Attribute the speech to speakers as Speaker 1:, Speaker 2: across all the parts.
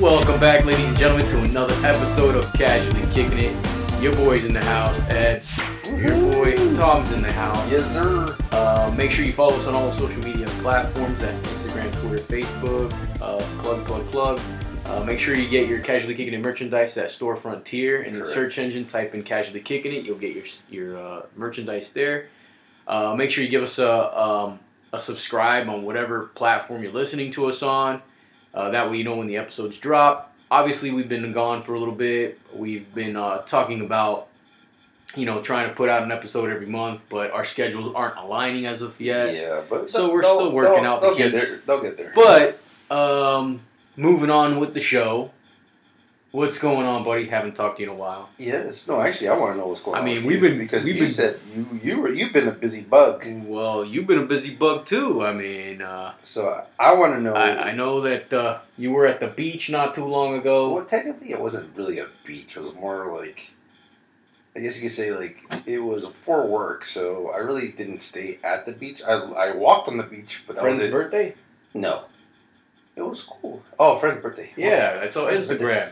Speaker 1: Welcome back, ladies and gentlemen, to another episode of Casually Kicking It. Your boy's in the house, Ed. Your boy Tom's in the house.
Speaker 2: Yes, sir.
Speaker 1: Uh, make sure you follow us on all social media platforms. That's Instagram, Twitter, Facebook. Uh, plug, plug, plug. Uh, make sure you get your Casually Kicking It merchandise at Store Frontier. In the
Speaker 2: Correct.
Speaker 1: search engine, type in Casually Kicking It. You'll get your your uh, merchandise there. Uh, make sure you give us a um, a subscribe on whatever platform you're listening to us on. Uh, that way, you know when the episodes drop. Obviously, we've been gone for a little bit. We've been uh, talking about you know trying to put out an episode every month, but our schedules aren't aligning as of yet.
Speaker 2: but
Speaker 1: So we're
Speaker 2: they'll-
Speaker 1: still working
Speaker 2: they'll-
Speaker 1: out the
Speaker 2: They'll get
Speaker 1: kinks.
Speaker 2: there. They'll get there.
Speaker 1: But um, moving on with the show, what's going on, buddy? Haven't talked to you in a while.
Speaker 2: yes, no. Actually, I want to know what's going
Speaker 1: I
Speaker 2: on.
Speaker 1: mean,
Speaker 2: with
Speaker 1: we've
Speaker 2: you,
Speaker 1: been-
Speaker 2: because
Speaker 1: we've
Speaker 2: you
Speaker 1: been-
Speaker 2: said you you were you've been a busy bug.
Speaker 1: Well, you've been a busy bug too. I mean, uh,
Speaker 2: So I, I want to know.
Speaker 1: I, I know that uh, you were at the beach not too long ago.
Speaker 2: well, technically, it wasn't really a beach. It was more like, I guess you could say like it was for work. So I really didn't stay at the beach. I, I walked on the beach, but that
Speaker 1: Friend's
Speaker 2: was it.
Speaker 1: birthday?
Speaker 2: No, it was cool. Oh, friend's birthday.
Speaker 1: Yeah, that's on
Speaker 2: Friend's
Speaker 1: Instagram.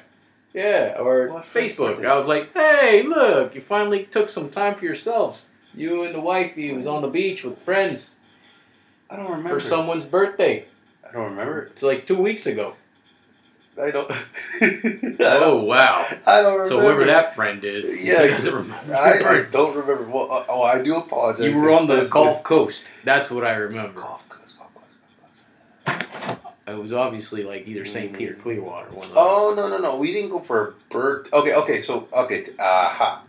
Speaker 1: Yeah, or
Speaker 2: Well, friend's
Speaker 1: Facebook.
Speaker 2: birthday.
Speaker 1: I was like, hey, look, you finally took some time for yourselves. You and the wifey was on the beach with friends
Speaker 2: I don't remember.
Speaker 1: for someone's birthday.
Speaker 2: I don't remember.
Speaker 1: It's like two weeks ago.
Speaker 2: I don't. I don't.
Speaker 1: Oh wow!
Speaker 2: I don't remember.
Speaker 1: So whoever that friend is,
Speaker 2: Yeah,
Speaker 1: he doesn't remember.
Speaker 2: I, I don't remember. Well, uh, oh, I do apologize.
Speaker 1: You were on the
Speaker 2: That's
Speaker 1: Gulf Coast. That's what I remember.
Speaker 2: Golf course, golf course, golf course.
Speaker 1: It was obviously like either St. Peter Clearwater. One of
Speaker 2: Mm. Oh no no no! We didn't go for a birth. Okay okay so okay t- aha.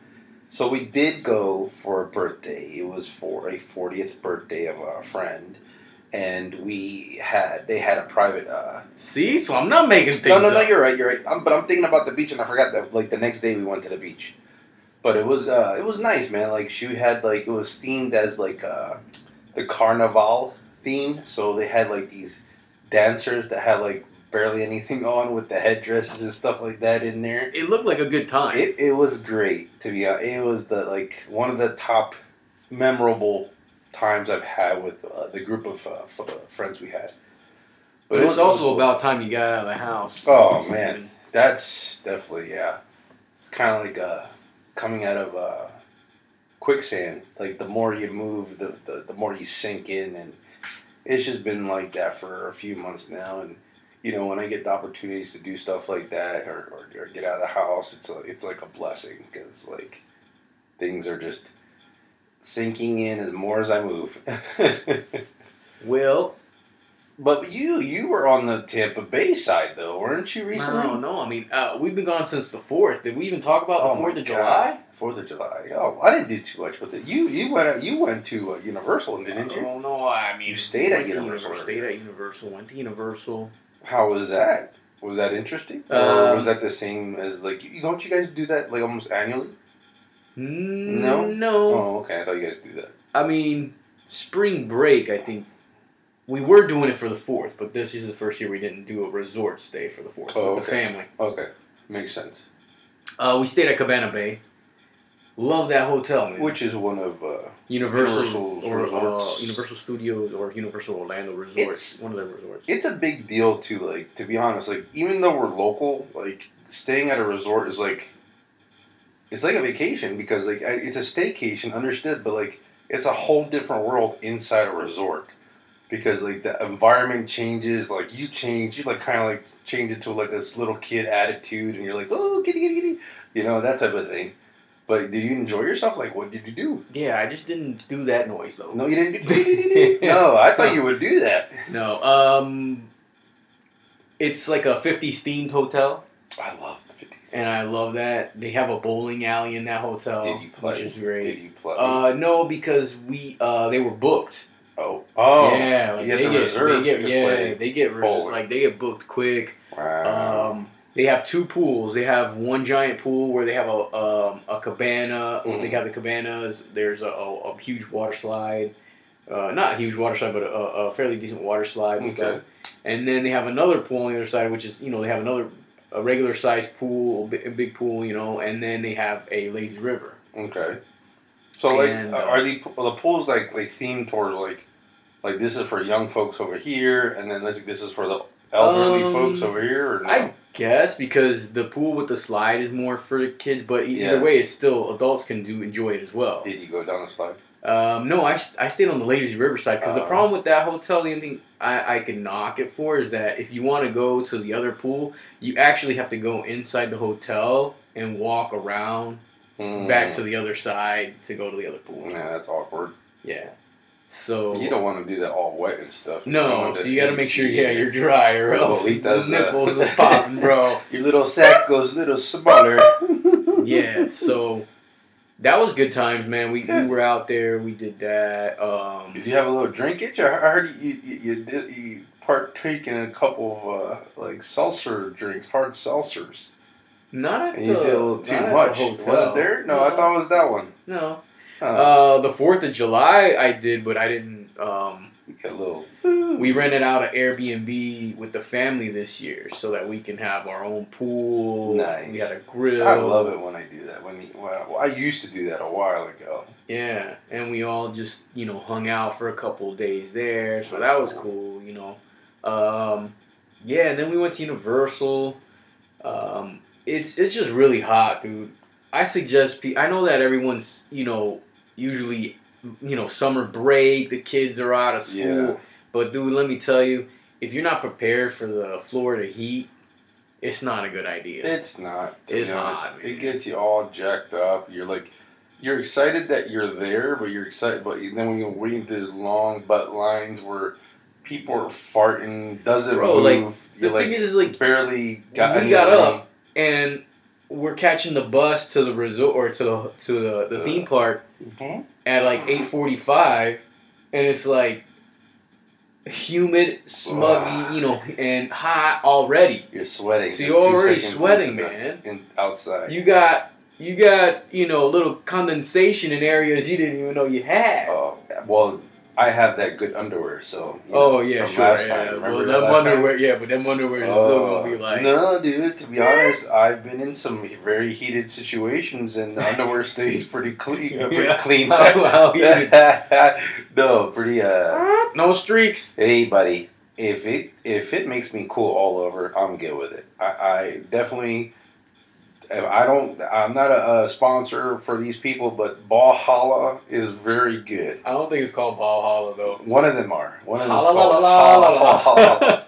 Speaker 2: So we did go for a birthday. It was for a fortieth birthday of a friend, and we had they had a private. Uh,
Speaker 1: those. See, so I'm not making things.
Speaker 2: no no no!
Speaker 1: up.
Speaker 2: You're right. You're right. I'm, but I'm thinking about the beach, and I forgot that like the next day we went to the beach. But it was uh, it was nice, man. Like she had like it was themed as like uh, the carnival theme. So they had like these dancers that had like barely anything on with the headdresses and stuff like that in there.
Speaker 1: It looked like a good time.
Speaker 2: It, it was great to be honest. It was the like one of the top memorable times I've had with uh, the group of uh, f- uh, friends we had.
Speaker 1: but it was also about time you got out of the house.
Speaker 2: Oh, man. that's definitely yeah. It's kind of like uh, coming out of uh, quicksand. Like the more you move, the, the the more you sink in, and it's just been like that for a few months now. And you know, when I get the opportunities to do stuff like that or, or, or get out of the house, it's a, it's like a blessing because like things are just sinking in as more as I move.
Speaker 1: Well,
Speaker 2: but you you were on the Tampa Bay side though, weren't you recently?
Speaker 1: I don't know. I mean, uh, we've been gone since the fourth. Did we even talk about
Speaker 2: Oh,
Speaker 1: the fourth
Speaker 2: my
Speaker 1: of
Speaker 2: God.
Speaker 1: July?
Speaker 2: Fourth of July. Oh, I didn't do too much with it. You you went out, you went to uh, Universal, didn't you?
Speaker 1: Oh no! I mean,
Speaker 2: You stayed at
Speaker 1: went to
Speaker 2: Universal.
Speaker 1: Stayed at Universal. Went to Universal.
Speaker 2: How was that? Was that interesting, or
Speaker 1: Um,
Speaker 2: was that the same as like? you- Don't you guys do that like almost annually?
Speaker 1: Mm,
Speaker 2: No?
Speaker 1: no.
Speaker 2: Oh, okay. I thought you guys do that.
Speaker 1: I mean, spring break, I think we were doing it for the fourth, but this is the first year we didn't do a resort stay for the fourth
Speaker 2: Oh,
Speaker 1: with the
Speaker 2: okay.
Speaker 1: family.
Speaker 2: Okay, makes sense.
Speaker 1: Uh, we stayed at Cabana Bay. Love that hotel, man.
Speaker 2: Which is one of uh,
Speaker 1: Universal
Speaker 2: Universal's
Speaker 1: or uh,
Speaker 2: resorts.
Speaker 1: Universal Studios or Universal Orlando Resort,
Speaker 2: It's-
Speaker 1: one of the resorts.
Speaker 2: it's a big deal to like to be honest. Like even though we're local, like staying at a resort is like it's like a vacation because like I- it's a staycation, understood, but like it's a whole different world inside a resort because like the environment changes, like you change, you like kind of like change it to like this little kid attitude, and you're like, oh, kitty, kitty, kitty, you know that type of thing. But did you enjoy yourself? Like, what did you do?
Speaker 1: yeah, I just didn't do that noise though.
Speaker 2: No, you didn't. Do, no, I thought you would do that.
Speaker 1: No, um, it's like a 50s themed hotel,
Speaker 2: I love the fifties.
Speaker 1: and I love that. They have a bowling alley in that hotel,
Speaker 2: Did you play?
Speaker 1: Oh, which is great.
Speaker 2: Did you play?
Speaker 1: Uh, no, because we uh, they were booked.
Speaker 2: Oh, oh,
Speaker 1: yeah, like
Speaker 2: you
Speaker 1: they
Speaker 2: have to
Speaker 1: get,
Speaker 2: reserve
Speaker 1: they get,
Speaker 2: to
Speaker 1: yeah, Um,
Speaker 2: play
Speaker 1: they get res-
Speaker 2: bowling.
Speaker 1: like they get booked quick.
Speaker 2: wow.
Speaker 1: Um, they have two pools. They have one giant pool where they have a um, a cabana.
Speaker 2: Mhm.
Speaker 1: They got the cabanas. There's a, a, a huge water slide, uh, not a huge water slide, but a, a fairly decent water slide and
Speaker 2: Okay.
Speaker 1: stuff. And then they have another pool on the other side, which is you know they have another a regular sized pool, a bi- a big pool, you know, and then they have a lazy river.
Speaker 2: okay. So, like,
Speaker 1: and, uh,
Speaker 2: are the are the pools like like themed towards like like this is for young folks over here, and then this this is for the elderly
Speaker 1: Um,
Speaker 2: folks over here? Or no?
Speaker 1: I guess because the pool with the slide is more for the kids, but e-
Speaker 2: Yeah.
Speaker 1: either way, it's still adults can do enjoy it as well.
Speaker 2: Did you go down the slide?
Speaker 1: Um, no, I, st- I stayed on the Ladies Riverside because the
Speaker 2: Oh.
Speaker 1: problem with that hotel, the only thing I, I can knock it for is that if you want to go to the other pool, you actually have to go inside the hotel and walk around
Speaker 2: Hmm.
Speaker 1: back to the other side to go to the other pool.
Speaker 2: Yeah, that's awkward.
Speaker 1: Yeah. So
Speaker 2: You don't want to do that all wet and stuff. You
Speaker 1: Oh. no,
Speaker 2: want
Speaker 1: so
Speaker 2: that
Speaker 1: you got to make sure
Speaker 2: AC.
Speaker 1: yeah you're dry or
Speaker 2: Well,
Speaker 1: else
Speaker 2: he
Speaker 1: the
Speaker 2: does that.
Speaker 1: nipples is popping, bro.
Speaker 2: Your little sack goes a little smaller.
Speaker 1: Yeah. So that was good times, man. We, we
Speaker 2: Good.
Speaker 1: were out there. We did that. Um,
Speaker 2: Did you have a little drinkage? I I heard you you, you, did, you partake in a couple of uh, like seltzer drinks, hard seltzers,
Speaker 1: Not at
Speaker 2: and you
Speaker 1: the,
Speaker 2: did a little
Speaker 1: not
Speaker 2: too
Speaker 1: at the
Speaker 2: much.
Speaker 1: hotel.
Speaker 2: Was it there? No, I thought it was that one.
Speaker 1: No.
Speaker 2: Oh,
Speaker 1: Uh, the Fourth of July, I did, but I didn't. Um,
Speaker 2: you got a little.
Speaker 1: we rented out an Airbnb with the family this year so that we can have our own pool.
Speaker 2: Nice.
Speaker 1: We had a grill.
Speaker 2: I love it when I do that. When you, well, I used to do that a while ago.
Speaker 1: Yeah, and we all just you know hung out for a couple of days there, so
Speaker 2: That's
Speaker 1: that was
Speaker 2: cool.
Speaker 1: cool. You know, um, yeah, and then we went to Universal. Um, it's it's just really hot, dude. I suggest pe- I know that everyone's you know usually you know summer break, the kids are out of school,
Speaker 2: Yeah.
Speaker 1: but dude, let me tell you, if you're not prepared for the Florida heat, it's not a good idea.
Speaker 2: It's not. To
Speaker 1: It's
Speaker 2: be honest.
Speaker 1: hot,
Speaker 2: It
Speaker 1: man.
Speaker 2: gets you all jacked up. You're like, you're excited that you're there, but you're excited. But then when you're waiting through these long butt lines where people are farting, doesn't
Speaker 1: Bro,
Speaker 2: move.
Speaker 1: like, the
Speaker 2: you're like,
Speaker 1: thing is, is like
Speaker 2: barely got.
Speaker 1: we
Speaker 2: any
Speaker 1: got
Speaker 2: room.
Speaker 1: up and we're catching the bus to the resort or to the to the, the
Speaker 2: Uh.
Speaker 1: theme park
Speaker 2: Mhm.
Speaker 1: at like eight forty five, and it's like humid, smuggy, you know, and hot already.
Speaker 2: You're sweating.
Speaker 1: So
Speaker 2: just
Speaker 1: you're
Speaker 2: two
Speaker 1: already
Speaker 2: seconds
Speaker 1: sweating,
Speaker 2: into the-
Speaker 1: man.
Speaker 2: in, outside.
Speaker 1: You got you got you know little condensation in areas you didn't even know you had.
Speaker 2: Oh, well, I have that good underwear, so. you know,
Speaker 1: Oh yeah,
Speaker 2: from
Speaker 1: sure.
Speaker 2: Last
Speaker 1: yeah.
Speaker 2: time, remember
Speaker 1: well,
Speaker 2: that
Speaker 1: them
Speaker 2: last time? Oh,
Speaker 1: underwear, yeah, but them underwear is still gonna be like,
Speaker 2: no, dude. To be honest, I've been in some very heated situations, and the underwear stays pretty clean. uh, Pretty
Speaker 1: Yeah.
Speaker 2: clean.
Speaker 1: How- how
Speaker 2: no, pretty. Uh,
Speaker 1: no streaks.
Speaker 2: hey, buddy. If it if it makes me cool all over, I'm good with it. I, I definitely. if I don't. I'm not a, a sponsor for these people, but Valhalla is very good.
Speaker 1: I don't think it's called Valhalla though.
Speaker 2: One of them are. One of them is
Speaker 1: Holla, la,
Speaker 2: called
Speaker 1: la, la, la,
Speaker 2: Valhalla.
Speaker 1: la.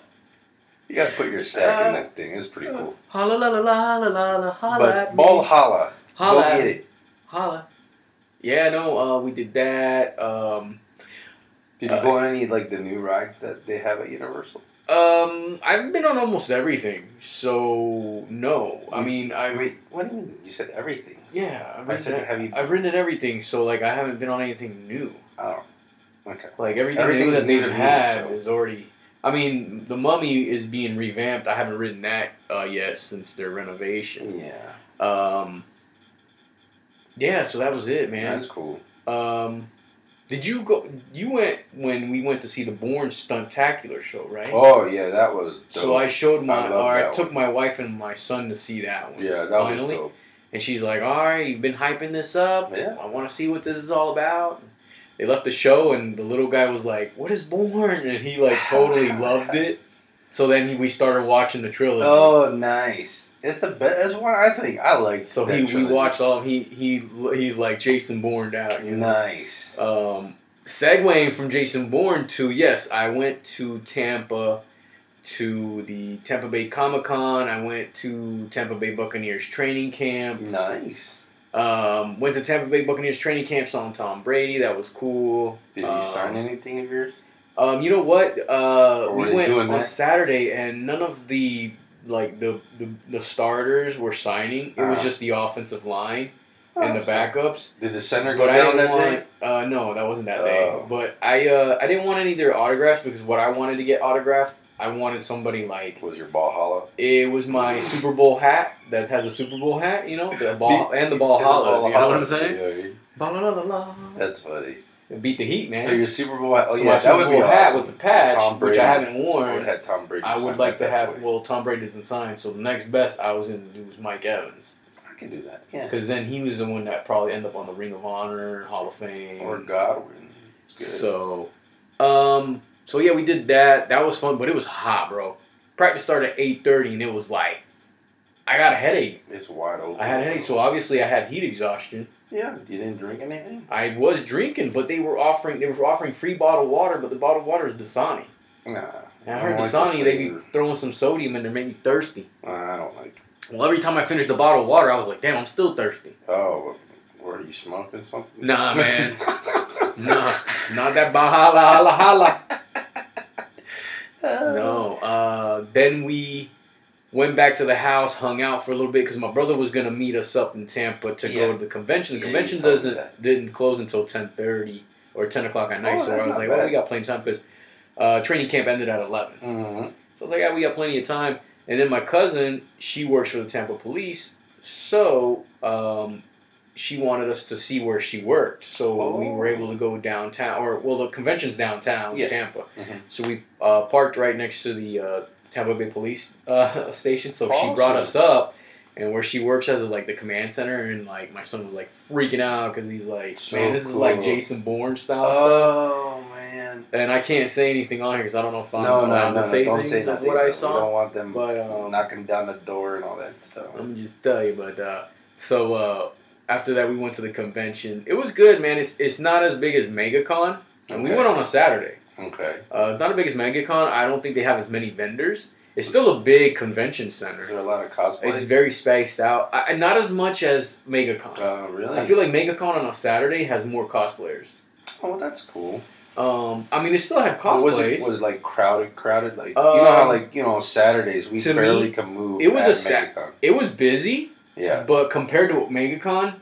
Speaker 2: You gotta put your sack in that thing. It's pretty cool.
Speaker 1: Holla la la la la la la holla at
Speaker 2: But
Speaker 1: me.
Speaker 2: Valhalla.
Speaker 1: holla
Speaker 2: Go
Speaker 1: at
Speaker 2: get
Speaker 1: me.
Speaker 2: it.
Speaker 1: Holla. Yeah, no, uh, we did that. Um,
Speaker 2: Did you
Speaker 1: Uh,
Speaker 2: go on any like the new rides that they have at Universal?
Speaker 1: um, I've been on almost everything, so no. I mean,
Speaker 2: I
Speaker 1: I
Speaker 2: mean, what do you mean? You said everything.
Speaker 1: yeah, I've
Speaker 2: I said,
Speaker 1: ridden,
Speaker 2: have you?
Speaker 1: I've ridden everything, so like I haven't been on anything new.
Speaker 2: Oh, okay.
Speaker 1: Like everything,
Speaker 2: Everything's
Speaker 1: new that
Speaker 2: new
Speaker 1: they've
Speaker 2: to me,
Speaker 1: had
Speaker 2: so-
Speaker 1: is already. I mean, the Mummy is being revamped. I haven't ridden that uh, yet since their renovation.
Speaker 2: Yeah,
Speaker 1: Um, yeah, so that was it, man.
Speaker 2: that's cool.
Speaker 1: Um, did you go? You went when we went to see the Born Stuntacular show, right?
Speaker 2: Oh yeah, that was dope.
Speaker 1: so I showed my,
Speaker 2: I love
Speaker 1: or I
Speaker 2: that
Speaker 1: took my wife and my son to see that one.
Speaker 2: yeah, that
Speaker 1: Finally.
Speaker 2: was dope.
Speaker 1: And she's like, "All right, you've been hyping this up.
Speaker 2: Yeah.
Speaker 1: I want to see what this is all about." They left the show, and the little guy was like, "What is Born?" And he like totally loved it. So then we started watching the trilogy.
Speaker 2: Oh, nice. It's the best. That's one I think I like.
Speaker 1: so he we watched all. Of, he he he's like Jason Bourne out. You know?
Speaker 2: Nice.
Speaker 1: um, segueing from Jason Bourne to yes, I went to Tampa to the Tampa Bay Comic Con. I went to Tampa Bay Buccaneers training camp.
Speaker 2: Nice.
Speaker 1: Um, went to Tampa Bay Buccaneers training camp. Saw Tom Brady. That was cool.
Speaker 2: Did he
Speaker 1: Um,
Speaker 2: sign anything of yours?
Speaker 1: Um, you know what? Uh,
Speaker 2: Or were
Speaker 1: we
Speaker 2: they
Speaker 1: went
Speaker 2: doing
Speaker 1: on
Speaker 2: that?
Speaker 1: Saturday, and none of the like the the, the starters were signing. It was
Speaker 2: Uh-huh.
Speaker 1: just the offensive line
Speaker 2: Oh,
Speaker 1: and the
Speaker 2: so-
Speaker 1: backups.
Speaker 2: Did the center go
Speaker 1: But I didn't
Speaker 2: down that
Speaker 1: want.
Speaker 2: day?
Speaker 1: Uh, no, that wasn't that
Speaker 2: Oh.
Speaker 1: day. But I uh, I didn't want any of their autographs because what I wanted to get autographed, I wanted somebody like
Speaker 2: Was your ball hollow?
Speaker 1: it was my Super Bowl hat that has a Super Bowl hat, you know, the ball and the ball hollows. You know what I'm saying?
Speaker 2: Yeah,
Speaker 1: Ba la la la la.
Speaker 2: that's funny.
Speaker 1: Beat the heat, man.
Speaker 2: So your Super Bowl hat? Oh
Speaker 1: So my
Speaker 2: yeah, that
Speaker 1: Super
Speaker 2: would be
Speaker 1: Bowl hat
Speaker 2: awesome.
Speaker 1: with the patch,
Speaker 2: Tom
Speaker 1: which
Speaker 2: Brady.
Speaker 1: I haven't
Speaker 2: I would
Speaker 1: worn.
Speaker 2: have Tom Brady.
Speaker 1: I would
Speaker 2: sign
Speaker 1: like
Speaker 2: it
Speaker 1: to
Speaker 2: that
Speaker 1: have.
Speaker 2: way.
Speaker 1: Well, Tom Brady doesn't sign, so the next best I was gonna do was Mike Evans,
Speaker 2: I can do that. Yeah.
Speaker 1: because then he was the one that probably ended up on the Ring of Honor, Hall of Fame,
Speaker 2: Or Godwin. It's good.
Speaker 1: So, um, so yeah, we did that. That was fun, but it was hot, bro. practice started at eight thirty, and it was like I got a headache.
Speaker 2: It's wide open.
Speaker 1: I had a headache, so obviously I had heat exhaustion.
Speaker 2: Yeah, you didn't drink anything.
Speaker 1: I was drinking, but they were offering they were offering free bottled water, but the bottled water is Dasani. And
Speaker 2: Nah,
Speaker 1: Oh, I
Speaker 2: I
Speaker 1: heard
Speaker 2: don't like
Speaker 1: Dasani
Speaker 2: the
Speaker 1: they be
Speaker 2: flavor.
Speaker 1: throwing some sodium in there, make me thirsty.
Speaker 2: I don't like.
Speaker 1: Well, every time I finished the bottle of water, I was like, damn, I'm still thirsty.
Speaker 2: Oh, were you smoking something?
Speaker 1: Nah, man. nah, not that bahala hala hala. No. Uh, then we went back to the house, hung out for a little bit because my brother was gonna meet us up in Tampa to
Speaker 2: Yeah.
Speaker 1: go to the convention. The
Speaker 2: Yeah, you
Speaker 1: convention
Speaker 2: told me
Speaker 1: doesn't
Speaker 2: that.
Speaker 1: didn't close until ten thirty or ten o'clock at night.
Speaker 2: Oh,
Speaker 1: so
Speaker 2: that's
Speaker 1: I was
Speaker 2: not
Speaker 1: like,
Speaker 2: bad.
Speaker 1: well, we got plenty of time because uh, training camp ended at eleven.
Speaker 2: Mhm.
Speaker 1: So I was like, yeah, we got plenty of time. And then my cousin, she works for the Tampa police, so um, she wanted us to see where she worked. So we were
Speaker 2: Oh.
Speaker 1: able to go downtown, or well, the convention's downtown
Speaker 2: Yeah.
Speaker 1: Tampa.
Speaker 2: Mhm.
Speaker 1: So we uh, parked right next to the uh, Tampa Bay Police uh, station. So she brought
Speaker 2: Awesome.
Speaker 1: us up. And where she works as like the command center, and like my son was like freaking out because he's like,
Speaker 2: So
Speaker 1: man, this is like
Speaker 2: cool.
Speaker 1: Jason Bourne style stuff.
Speaker 2: Oh man.
Speaker 1: And I can't say anything on here because I don't know if I'm
Speaker 2: No, no,
Speaker 1: allowed
Speaker 2: no,
Speaker 1: to say
Speaker 2: Don't
Speaker 1: things
Speaker 2: say
Speaker 1: of
Speaker 2: nothing.
Speaker 1: what I
Speaker 2: We
Speaker 1: saw.
Speaker 2: don't want them
Speaker 1: But um,
Speaker 2: knocking down the door and all that stuff.
Speaker 1: let me just tell you. But uh, so uh, after that, we went to the convention. It was good, man. It's it's not as big as MegaCon, and we
Speaker 2: Okay.
Speaker 1: went on a Saturday.
Speaker 2: Okay.
Speaker 1: Uh, it's not as big as MegaCon. I don't think they have as many vendors. It's still a big convention
Speaker 2: Is
Speaker 1: center.
Speaker 2: there a lot of cosplay?
Speaker 1: It's very spaced out. I, and not as much as MegaCon.
Speaker 2: uh, really?
Speaker 1: I feel like MegaCon on a Saturday has more cosplayers.
Speaker 2: oh, well, that's cool.
Speaker 1: Um, I mean, it still had
Speaker 2: Well,
Speaker 1: cosplays.
Speaker 2: Was it was it like crowded? Crowded? Like you know how
Speaker 1: Um,
Speaker 2: like you know Saturdays we
Speaker 1: to
Speaker 2: barely
Speaker 1: me,
Speaker 2: can move.
Speaker 1: it was
Speaker 2: at
Speaker 1: a Sa-
Speaker 2: MegaCon.
Speaker 1: It was busy,
Speaker 2: Yeah.
Speaker 1: but compared to MegaCon,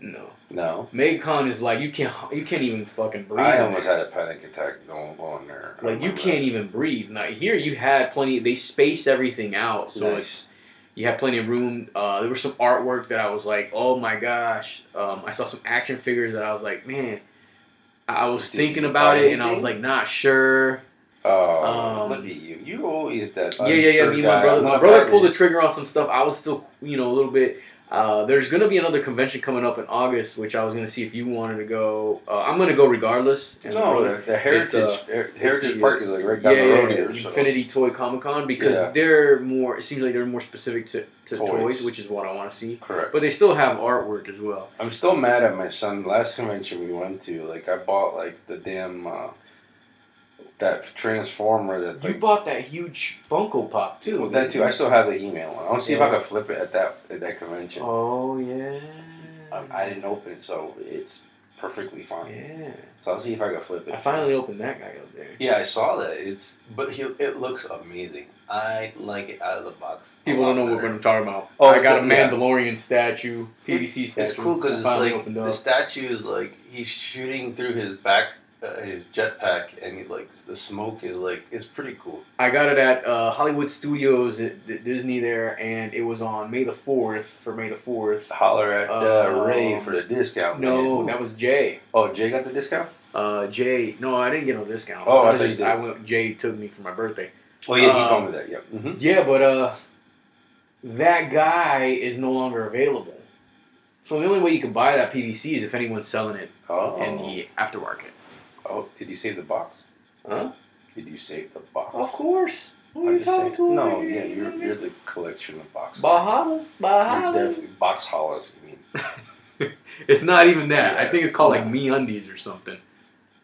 Speaker 1: no.
Speaker 2: No.
Speaker 1: MegaCon is like you can't you can't even fucking breathe.
Speaker 2: I
Speaker 1: in
Speaker 2: almost
Speaker 1: there.
Speaker 2: had a panic attack going going there. I
Speaker 1: Like you
Speaker 2: remember.
Speaker 1: can't even breathe. Now here you had plenty. They space everything out, so
Speaker 2: Nice.
Speaker 1: it's you have plenty of room. Uh, there was some artwork that I was like, oh my gosh. Um, I saw some action figures that I was like, man. I I was
Speaker 2: Did
Speaker 1: thinking
Speaker 2: you
Speaker 1: about
Speaker 2: buy
Speaker 1: it, and I was like,
Speaker 2: anything?
Speaker 1: not sure.
Speaker 2: Oh,
Speaker 1: Um,
Speaker 2: look at you! You always that.
Speaker 1: yeah, yeah, yeah.
Speaker 2: unsure
Speaker 1: Me and
Speaker 2: guy.
Speaker 1: my brother,
Speaker 2: I'm
Speaker 1: my
Speaker 2: not
Speaker 1: brother
Speaker 2: bad
Speaker 1: pulled the
Speaker 2: at
Speaker 1: trigger on some stuff. I was still, you know, a little bit. Uh, there's gonna be another convention coming up in August, which I was gonna see if you wanted to go. Uh, I'm gonna go regardless.
Speaker 2: this.
Speaker 1: and my
Speaker 2: No,
Speaker 1: brother-
Speaker 2: the, the heritage
Speaker 1: uh,
Speaker 2: Her-
Speaker 1: it's
Speaker 2: heritage
Speaker 1: the-
Speaker 2: park is like right down the road here. so.
Speaker 1: Infinity Toy Comic Con because
Speaker 2: Yeah.
Speaker 1: they're more. It seems like they're more specific to, to toys.
Speaker 2: Toys.
Speaker 1: which is what I want to see.
Speaker 2: Correct.
Speaker 1: But they still have artwork as well.
Speaker 2: I'm still mad at my son. Last convention we went to, like I bought like the damn uh, that transformer that
Speaker 1: You
Speaker 2: like
Speaker 1: bought that huge Funko Pop too.
Speaker 2: well, that too. I still have the email one. I want to see if
Speaker 1: Yeah.
Speaker 2: I can flip it at that at that convention.
Speaker 1: oh yeah.
Speaker 2: Um, I didn't open it, so it's perfectly fine.
Speaker 1: Yeah,
Speaker 2: So I'll see if I can flip it.
Speaker 1: I finally opened that guy up there.
Speaker 2: Yeah, I saw that. It's but he, it looks amazing. I like it out of the box. a
Speaker 1: People don't
Speaker 2: lot
Speaker 1: know what
Speaker 2: better.
Speaker 1: I'm talking about.
Speaker 2: Oh,
Speaker 1: I got a
Speaker 2: it's a- yeah.
Speaker 1: Mandalorian statue, PVC statue.
Speaker 2: It's cool
Speaker 1: I
Speaker 2: because it's
Speaker 1: finally
Speaker 2: like
Speaker 1: opened
Speaker 2: the
Speaker 1: up.
Speaker 2: statue is like he's shooting through his back, uh, his jetpack, and he, like the smoke is like it's pretty cool.
Speaker 1: I got it at uh, Hollywood Studios at D- Disney there, and it was on May the fourth for May the fourth.
Speaker 2: Holler at uh,
Speaker 1: Um,
Speaker 2: Ray for the discount.
Speaker 1: No,
Speaker 2: man.
Speaker 1: that was Jay.
Speaker 2: oh Jay got the discount.
Speaker 1: Uh, Jay. No, I didn't get no discount.
Speaker 2: Oh,
Speaker 1: I,
Speaker 2: I
Speaker 1: was
Speaker 2: thought you
Speaker 1: just,
Speaker 2: did.
Speaker 1: I went. Jay took me for my birthday.
Speaker 2: Oh yeah, he
Speaker 1: Um,
Speaker 2: told me that. Yeah. hmm
Speaker 1: Yeah, but uh, that guy is no longer available. So the only way you can buy that PVC is if anyone's selling it
Speaker 2: Oh.
Speaker 1: in the aftermarket.
Speaker 2: oh, did you save the box?
Speaker 1: Huh?
Speaker 2: Did you save the box?
Speaker 1: Of course. Who
Speaker 2: I
Speaker 1: are you
Speaker 2: just
Speaker 1: talking
Speaker 2: saved-
Speaker 1: to?
Speaker 2: No, yeah, you're, you're the collection of boxes.
Speaker 1: Bahamas,
Speaker 2: You're
Speaker 1: Bahamas.
Speaker 2: definitely box hollers. I mean,
Speaker 1: It's not even that. I think it's called like
Speaker 2: Yeah.
Speaker 1: Me Undies or something.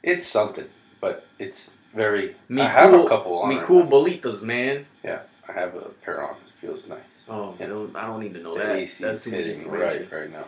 Speaker 2: it's something, but it's very.
Speaker 1: Me
Speaker 2: I have
Speaker 1: cool-
Speaker 2: a couple on.
Speaker 1: Me
Speaker 2: right
Speaker 1: cool
Speaker 2: now.
Speaker 1: bolitas, man.
Speaker 2: I have a pair on. It feels nice.
Speaker 1: Oh, I don't, I don't need to know
Speaker 2: the
Speaker 1: that.
Speaker 2: AC
Speaker 1: That's
Speaker 2: is
Speaker 1: too much
Speaker 2: hitting
Speaker 1: information.
Speaker 2: right right now.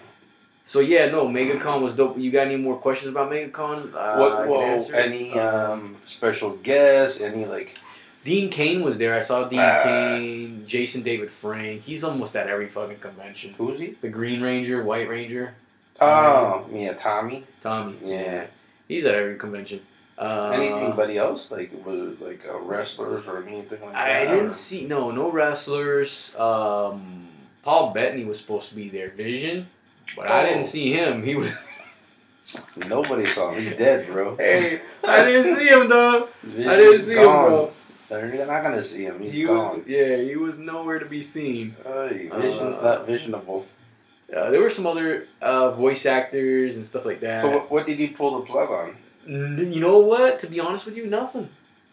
Speaker 1: So yeah, no, MegaCon was dope. You got any more questions about MegaCon? Uh, I
Speaker 2: what?
Speaker 1: can
Speaker 2: Whoa!
Speaker 1: answer.
Speaker 2: Any
Speaker 1: Uh,
Speaker 2: um, special guests? Any like?
Speaker 1: Dean Kane was there. I saw Dean
Speaker 2: Ah.
Speaker 1: Kane, Jason David Frank. He's almost at every fucking convention.
Speaker 2: Who's he?
Speaker 1: The Green Ranger, White Ranger,
Speaker 2: Oh, yeah, Tommy.
Speaker 1: Tommy.
Speaker 2: Yeah.
Speaker 1: he's at every convention. Uh,
Speaker 2: Anybody else? Like was it like uh, wrestlers or anything like that?
Speaker 1: I
Speaker 2: or-
Speaker 1: didn't see no no wrestlers. Um, Paul Bettany was supposed to be there. Vision, but I
Speaker 2: Oh.
Speaker 1: didn't see him. He was.
Speaker 2: Nobody saw him. He's dead, bro.
Speaker 1: Hey, I didn't see him, dog. I
Speaker 2: Vision's
Speaker 1: didn't see him, bro.
Speaker 2: gone. They're not gonna see him. He's
Speaker 1: He was,
Speaker 2: gone.
Speaker 1: yeah, he was nowhere to be seen.
Speaker 2: Hey, Vision's
Speaker 1: Uh,
Speaker 2: not visionable.
Speaker 1: Uh, there were some other uh, voice actors and stuff like that.
Speaker 2: So what, what did you pull the plug on?
Speaker 1: N- you know what? To be honest with you, nothing.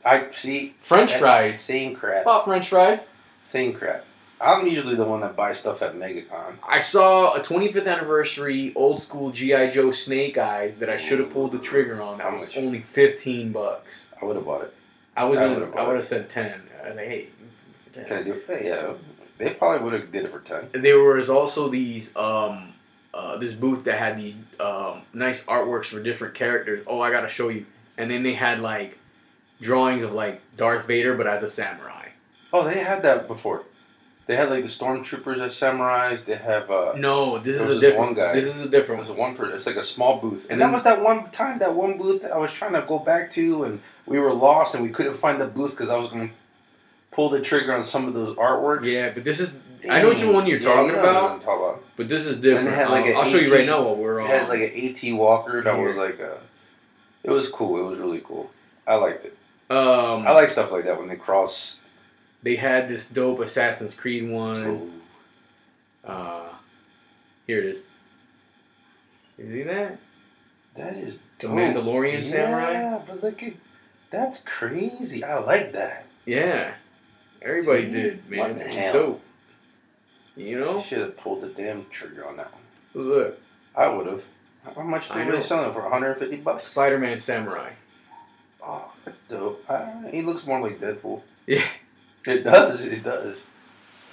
Speaker 2: I see
Speaker 3: French
Speaker 2: that's
Speaker 3: fries.
Speaker 2: Same
Speaker 3: I
Speaker 2: crap.
Speaker 3: bought French fries.
Speaker 2: Same crap. I'm usually the one that buys stuff at MegaCon.
Speaker 1: I saw a 25th anniversary old school GI Joe Snake Eyes that I should have pulled the trigger on. That
Speaker 2: How
Speaker 1: was
Speaker 2: much?
Speaker 1: only 15 bucks.
Speaker 2: I would have bought it.
Speaker 1: I was
Speaker 2: I
Speaker 1: gonna-
Speaker 2: would've
Speaker 1: I
Speaker 2: bought
Speaker 1: would have said 10. I was like, hey. for 10.
Speaker 2: Can I do it? Yeah, they probably would have did it for ten.
Speaker 1: There was also these um uh, this booth that had these um, nice artworks for different characters. Oh, I gotta show you. And then they had like drawings of like Darth Vader, but as a samurai.
Speaker 2: Oh, they had that before. They had like the stormtroopers as samurais. They have uh,
Speaker 1: No, this
Speaker 2: There
Speaker 1: is a
Speaker 2: was this
Speaker 1: different.
Speaker 2: one guy.
Speaker 1: This is a
Speaker 2: it
Speaker 1: different
Speaker 2: was a one per. It's like a small booth, and,
Speaker 1: And
Speaker 2: that
Speaker 1: then-
Speaker 2: was that one time, that one booth that I was trying to go back to, and we were lost, and we couldn't find the booth because I was going to pull the trigger on some of those artworks.
Speaker 1: Yeah, but this is. I know which one you're
Speaker 2: Dang. Yeah,
Speaker 1: talking
Speaker 2: you know
Speaker 1: about.
Speaker 2: what I'm talking about.
Speaker 1: But this is different.
Speaker 2: had, like,
Speaker 1: I'll-
Speaker 2: an
Speaker 1: I'll, show you right
Speaker 2: 18
Speaker 1: now what we're on.
Speaker 2: It had like an AT Walker that
Speaker 1: Here.
Speaker 2: was like a. It was cool. It was really cool. I liked it.
Speaker 1: um,
Speaker 2: I like stuff like that when they cross.
Speaker 1: they had this dope Assassin's Creed one.
Speaker 2: Ooh.
Speaker 1: Uh, here it is. You see that?
Speaker 2: That is
Speaker 1: The
Speaker 2: Oh,
Speaker 1: Mandalorian Samurai.
Speaker 2: Yeah, but look at that's crazy. I like that.
Speaker 1: Yeah. Everybody
Speaker 2: See?
Speaker 1: did, man.
Speaker 2: What
Speaker 1: It
Speaker 2: the
Speaker 1: was
Speaker 2: hell?
Speaker 1: Dope. You
Speaker 2: I
Speaker 1: know?
Speaker 2: should have pulled the damn trigger on that one.
Speaker 1: Look,
Speaker 2: I would have. How much
Speaker 1: I
Speaker 2: they were
Speaker 1: know.
Speaker 2: selling it for? 150 bucks.
Speaker 1: Spider-Man Samurai.
Speaker 2: Oh, that's dope. Uh, he looks more like Deadpool.
Speaker 1: Yeah.
Speaker 2: It does. It does.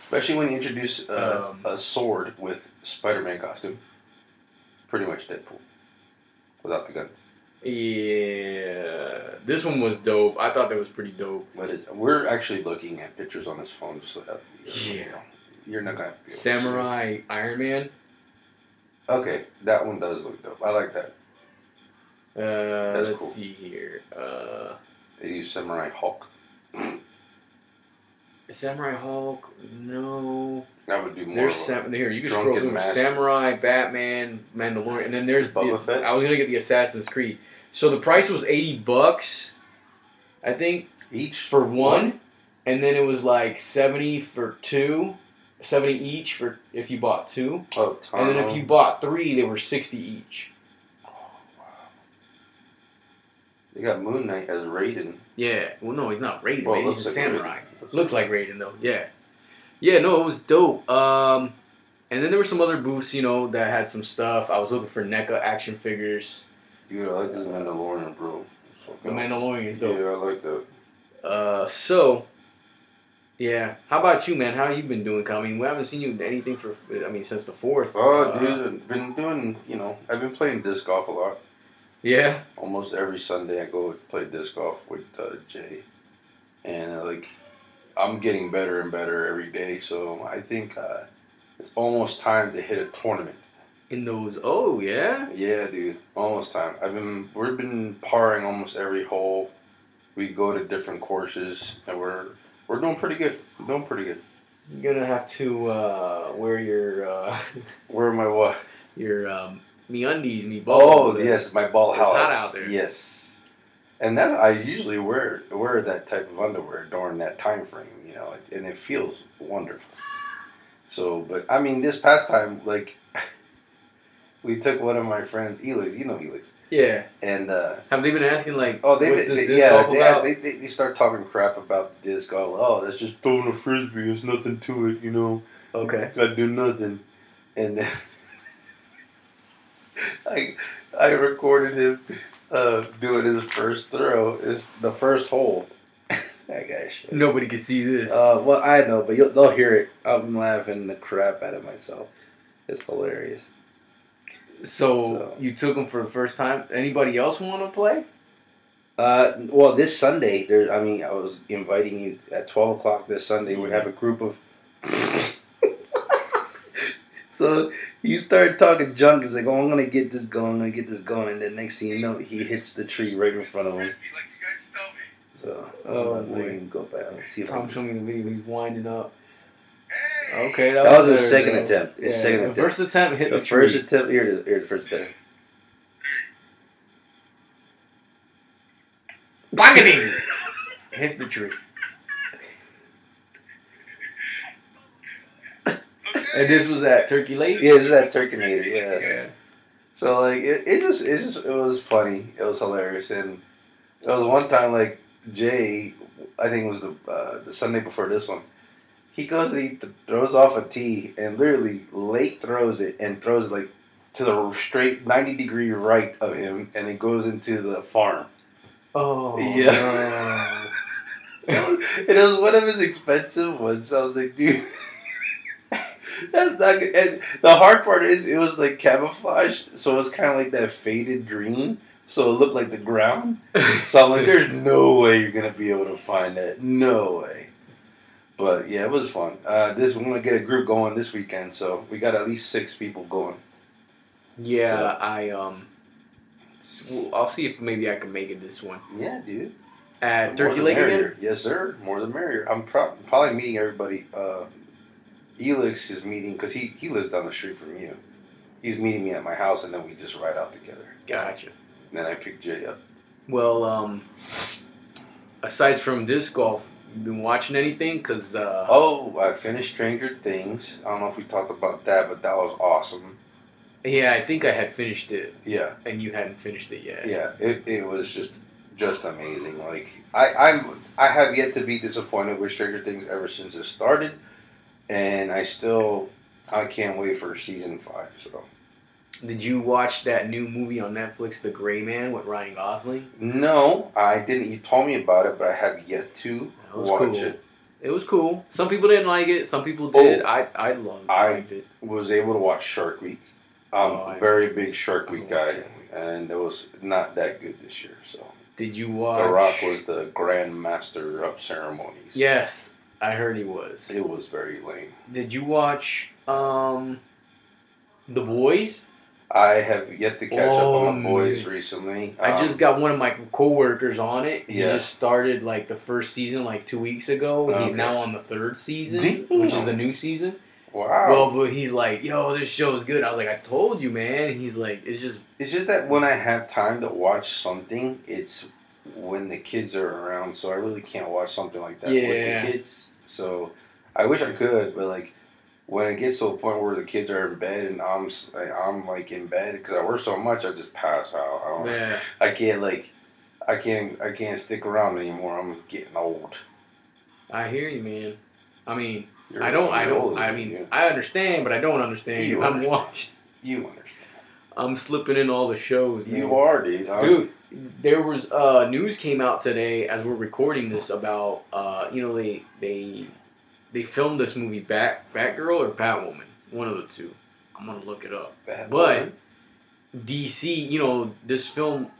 Speaker 2: Especially when you introduce uh,
Speaker 1: Um,
Speaker 2: a sword with Spider-Man costume. Pretty much Deadpool, without the guns.
Speaker 1: Yeah. This one was dope. I thought that was pretty dope.
Speaker 2: But it's, we're actually looking at pictures on his phone just so that you know,
Speaker 1: Yeah.
Speaker 2: you're not gonna be able to see it.
Speaker 1: Samurai Iron Man.
Speaker 2: Okay, that one does look dope. I like that.
Speaker 1: Uh,
Speaker 2: That's
Speaker 1: let's
Speaker 2: cool.
Speaker 1: see here. Uh,
Speaker 2: They use Samurai Hulk.
Speaker 1: Samurai Hulk. No.
Speaker 2: That would be more.
Speaker 1: There's
Speaker 2: of a-
Speaker 1: sam- here you can
Speaker 2: drunken
Speaker 1: scroll through
Speaker 2: master.
Speaker 1: Samurai, Batman, Mandalorian, and then there's
Speaker 2: Boba
Speaker 1: the-
Speaker 2: Fett?
Speaker 1: I was gonna get the Assassin's Creed. So the price was eighty bucks, I think,
Speaker 2: each
Speaker 1: for one, and then it was like seventy for two, seventy each for if you bought two,
Speaker 2: oh,
Speaker 1: and then if you bought three, they were sixty each.
Speaker 2: they got Moon Knight as Raiden.
Speaker 1: Yeah. Well, no, he's not Raiden.
Speaker 2: Well,
Speaker 1: man.
Speaker 2: it
Speaker 1: He's a
Speaker 2: looks like
Speaker 1: samurai. Looks like Raiden though. Yeah. Yeah. No, it was dope. Um, and then there were some other booths, you know, that had some stuff. I was looking for NECA action figures.
Speaker 2: Dude, I like this Mandalorian, bro. It's so
Speaker 1: The
Speaker 2: dope.
Speaker 1: Mandalorian is dope.
Speaker 2: Yeah, I like that.
Speaker 1: Uh, so, yeah. How about you, man? How you been doing? I mean, we haven't seen you anything for. I mean, since the fourth.
Speaker 2: Oh,
Speaker 1: Uh,
Speaker 2: dude, I've been doing. You know, I've been playing disc golf a lot.
Speaker 1: Yeah.
Speaker 2: Almost every Sunday, I go play disc golf with uh, Jay, and uh, like, I'm getting better and better every day. So I think uh, it's almost time to hit a tournament.
Speaker 1: In those. Oh, yeah.
Speaker 2: Yeah, dude, almost time. I've been we've been parring almost every hole. We go to different courses, and we're we're doing pretty good. We're doing pretty good.
Speaker 1: You're gonna have to uh, wear your uh,
Speaker 2: Where uh, am I? What?
Speaker 1: your um, me undies, me
Speaker 2: Oh,
Speaker 1: balls.
Speaker 2: yes, my ball
Speaker 1: It's
Speaker 2: house.
Speaker 1: hot out there.
Speaker 2: Yes, and that's I usually wear wear that type of underwear during that time frame, you know, and it feels wonderful. So, but I mean, this past time, like, we took one of my friends, Elix. You know Elix,
Speaker 1: Yeah.
Speaker 2: and. uh
Speaker 1: Have they been asking like?
Speaker 2: Oh, they,
Speaker 1: what's
Speaker 2: they,
Speaker 1: this
Speaker 2: they-
Speaker 1: disc
Speaker 2: yeah,
Speaker 1: golf
Speaker 2: they,
Speaker 1: about?
Speaker 2: they, they, they start talking crap about the disc golf. Oh, that's just throwing a frisbee. There's nothing to it, you know.
Speaker 1: okay.
Speaker 2: I do nothing. And then I, I recorded him uh, doing his first throw, his, the first hole. that guy shit.
Speaker 1: Nobody can see this.
Speaker 2: Uh, well, I know, but you'll, they'll hear it. I'm laughing the crap out of myself. It's hilarious.
Speaker 1: so,
Speaker 2: so-
Speaker 1: you took them for the first time. Anybody else want to play?
Speaker 2: Uh, well, this Sunday, there. I mean, I was inviting you at twelve o'clock this Sunday. We
Speaker 1: Mm-hmm.
Speaker 2: have a group of. so you start talking junk. It's like, oh, I'm gonna get this going. I'm gonna get this going. And then next thing you know, he hits the tree right in front of him. So
Speaker 1: Oh,
Speaker 2: hold on, let
Speaker 1: boy.
Speaker 2: me go back. Let's see if I
Speaker 1: Tom
Speaker 2: can.
Speaker 1: showed me the video. He's winding up. Okay, that,
Speaker 2: That was his
Speaker 1: there,
Speaker 2: second
Speaker 1: though.
Speaker 2: attempt. His
Speaker 1: Yeah,
Speaker 2: second
Speaker 1: the
Speaker 2: attempt.
Speaker 1: first attempt hit the,
Speaker 2: the first
Speaker 1: tree.
Speaker 2: attempt. Here, it is, here, the first attempt.
Speaker 1: Banging! Hits the tree. And this was at Turkey Lake?
Speaker 2: Yeah, this is that Turkinator. Yeah.
Speaker 1: Yeah.
Speaker 2: So like it, it just it just it was funny. It was hilarious and it was one time like Jay, I think it was the uh, the Sunday before this one. He goes and he th- throws off a tee and literally late throws it and throws it like to the straight ninety degree right of him and it goes into the farm.
Speaker 1: Oh
Speaker 2: Yeah. and it was one of his expensive ones. I was like, dude. That's not good. And the hard part is it was like camouflage, so it was kind of like that faded green, so it looked like the ground. So I'm like, there's no way you're gonna be able to find that. No way. But yeah, it was fun. Uh, this we're gonna get a group going this weekend, so we got at least six people going.
Speaker 1: yeah.
Speaker 2: So-
Speaker 1: I um, s- well, I'll see if maybe I can make it this one
Speaker 2: Yeah, dude.
Speaker 1: at
Speaker 2: More
Speaker 1: Turkey
Speaker 2: the
Speaker 1: Lake again.
Speaker 2: merrier. Yes, sir. More the merrier. I'm pro- probably meeting everybody. Uh, Elix is meeting because he he lives down the street from you. He's meeting me at my house, and then we just ride out together.
Speaker 1: Gotcha.
Speaker 2: And then I pick Jay up.
Speaker 1: Well, um, aside from disc golf, you been watching anything? Cause uh,
Speaker 2: Oh, I finished Stranger Things. I don't know if we talked about that, but that was awesome.
Speaker 1: yeah, I think I had finished it
Speaker 2: Yeah.
Speaker 1: and you hadn't finished it yet.
Speaker 2: yeah it, it was just just amazing like i i'm i have yet to be disappointed with stranger things ever since it started and i still i can't wait for season five so
Speaker 1: Did you watch that new movie on Netflix, The Gray Man, with Ryan Gosling?
Speaker 2: no i didn't you told me about it but i have yet to
Speaker 1: That was
Speaker 2: watch
Speaker 1: cool.
Speaker 2: it
Speaker 1: It was cool. Some people didn't like it. Some people did.
Speaker 2: Oh.
Speaker 1: I I loved it.
Speaker 2: I-
Speaker 1: liked it.
Speaker 2: was able to watch shark week i'm
Speaker 1: Oh, I-
Speaker 2: a very big shark
Speaker 1: I
Speaker 2: week
Speaker 1: watched
Speaker 2: guy
Speaker 1: Shark Week.
Speaker 2: and it was not that good this year so
Speaker 1: Did you watch?
Speaker 2: the rock was the grand master of ceremonies
Speaker 1: Yes, I heard he was.
Speaker 2: it was very lame
Speaker 1: Did you watch um, The Boys?
Speaker 2: I have yet to catch up
Speaker 1: Oh,
Speaker 2: on my boys
Speaker 1: man.
Speaker 2: recently.
Speaker 1: I
Speaker 2: Um,
Speaker 1: just got one of my coworkers on it. He
Speaker 2: Yeah.
Speaker 1: just started like the first season like two weeks ago. He's
Speaker 2: Okay.
Speaker 1: now on the third season,
Speaker 2: Damn.
Speaker 1: which is the new season.
Speaker 2: wow.
Speaker 1: Well, but he's like, "Yo, this show is good." I was like, "I told you, man." And he's like, "It's just
Speaker 2: it's just that when I have time to watch something, it's when the kids are around. So I really can't watch something like that
Speaker 1: Yeah.
Speaker 2: with the kids. So I wish I could, but like when it gets to a point where the kids are in bed and I'm s- I- I'm like in bed because I work so much, I just pass out. I, don't,
Speaker 1: yeah."
Speaker 2: I can't like I can't I can't stick around anymore. I'm getting old.
Speaker 1: I hear you, man. I mean,
Speaker 2: You're-
Speaker 1: I don't. I
Speaker 2: you're
Speaker 1: don't.
Speaker 2: older
Speaker 1: I
Speaker 2: than
Speaker 1: mean,
Speaker 2: you.
Speaker 1: I understand, but I don't understand.
Speaker 2: You
Speaker 1: 'cause I'm
Speaker 2: understand.
Speaker 1: watching.
Speaker 2: you understand.
Speaker 1: I'm slipping in all the shows. man.
Speaker 2: You are, dude. I'm-
Speaker 1: dude there was uh, news came out today as we're recording this about uh, you know they they they filmed this movie Bat Batgirl or Batwoman one of the two I'm gonna look it up
Speaker 2: Bad
Speaker 1: but-
Speaker 2: boy.
Speaker 1: DC you know this film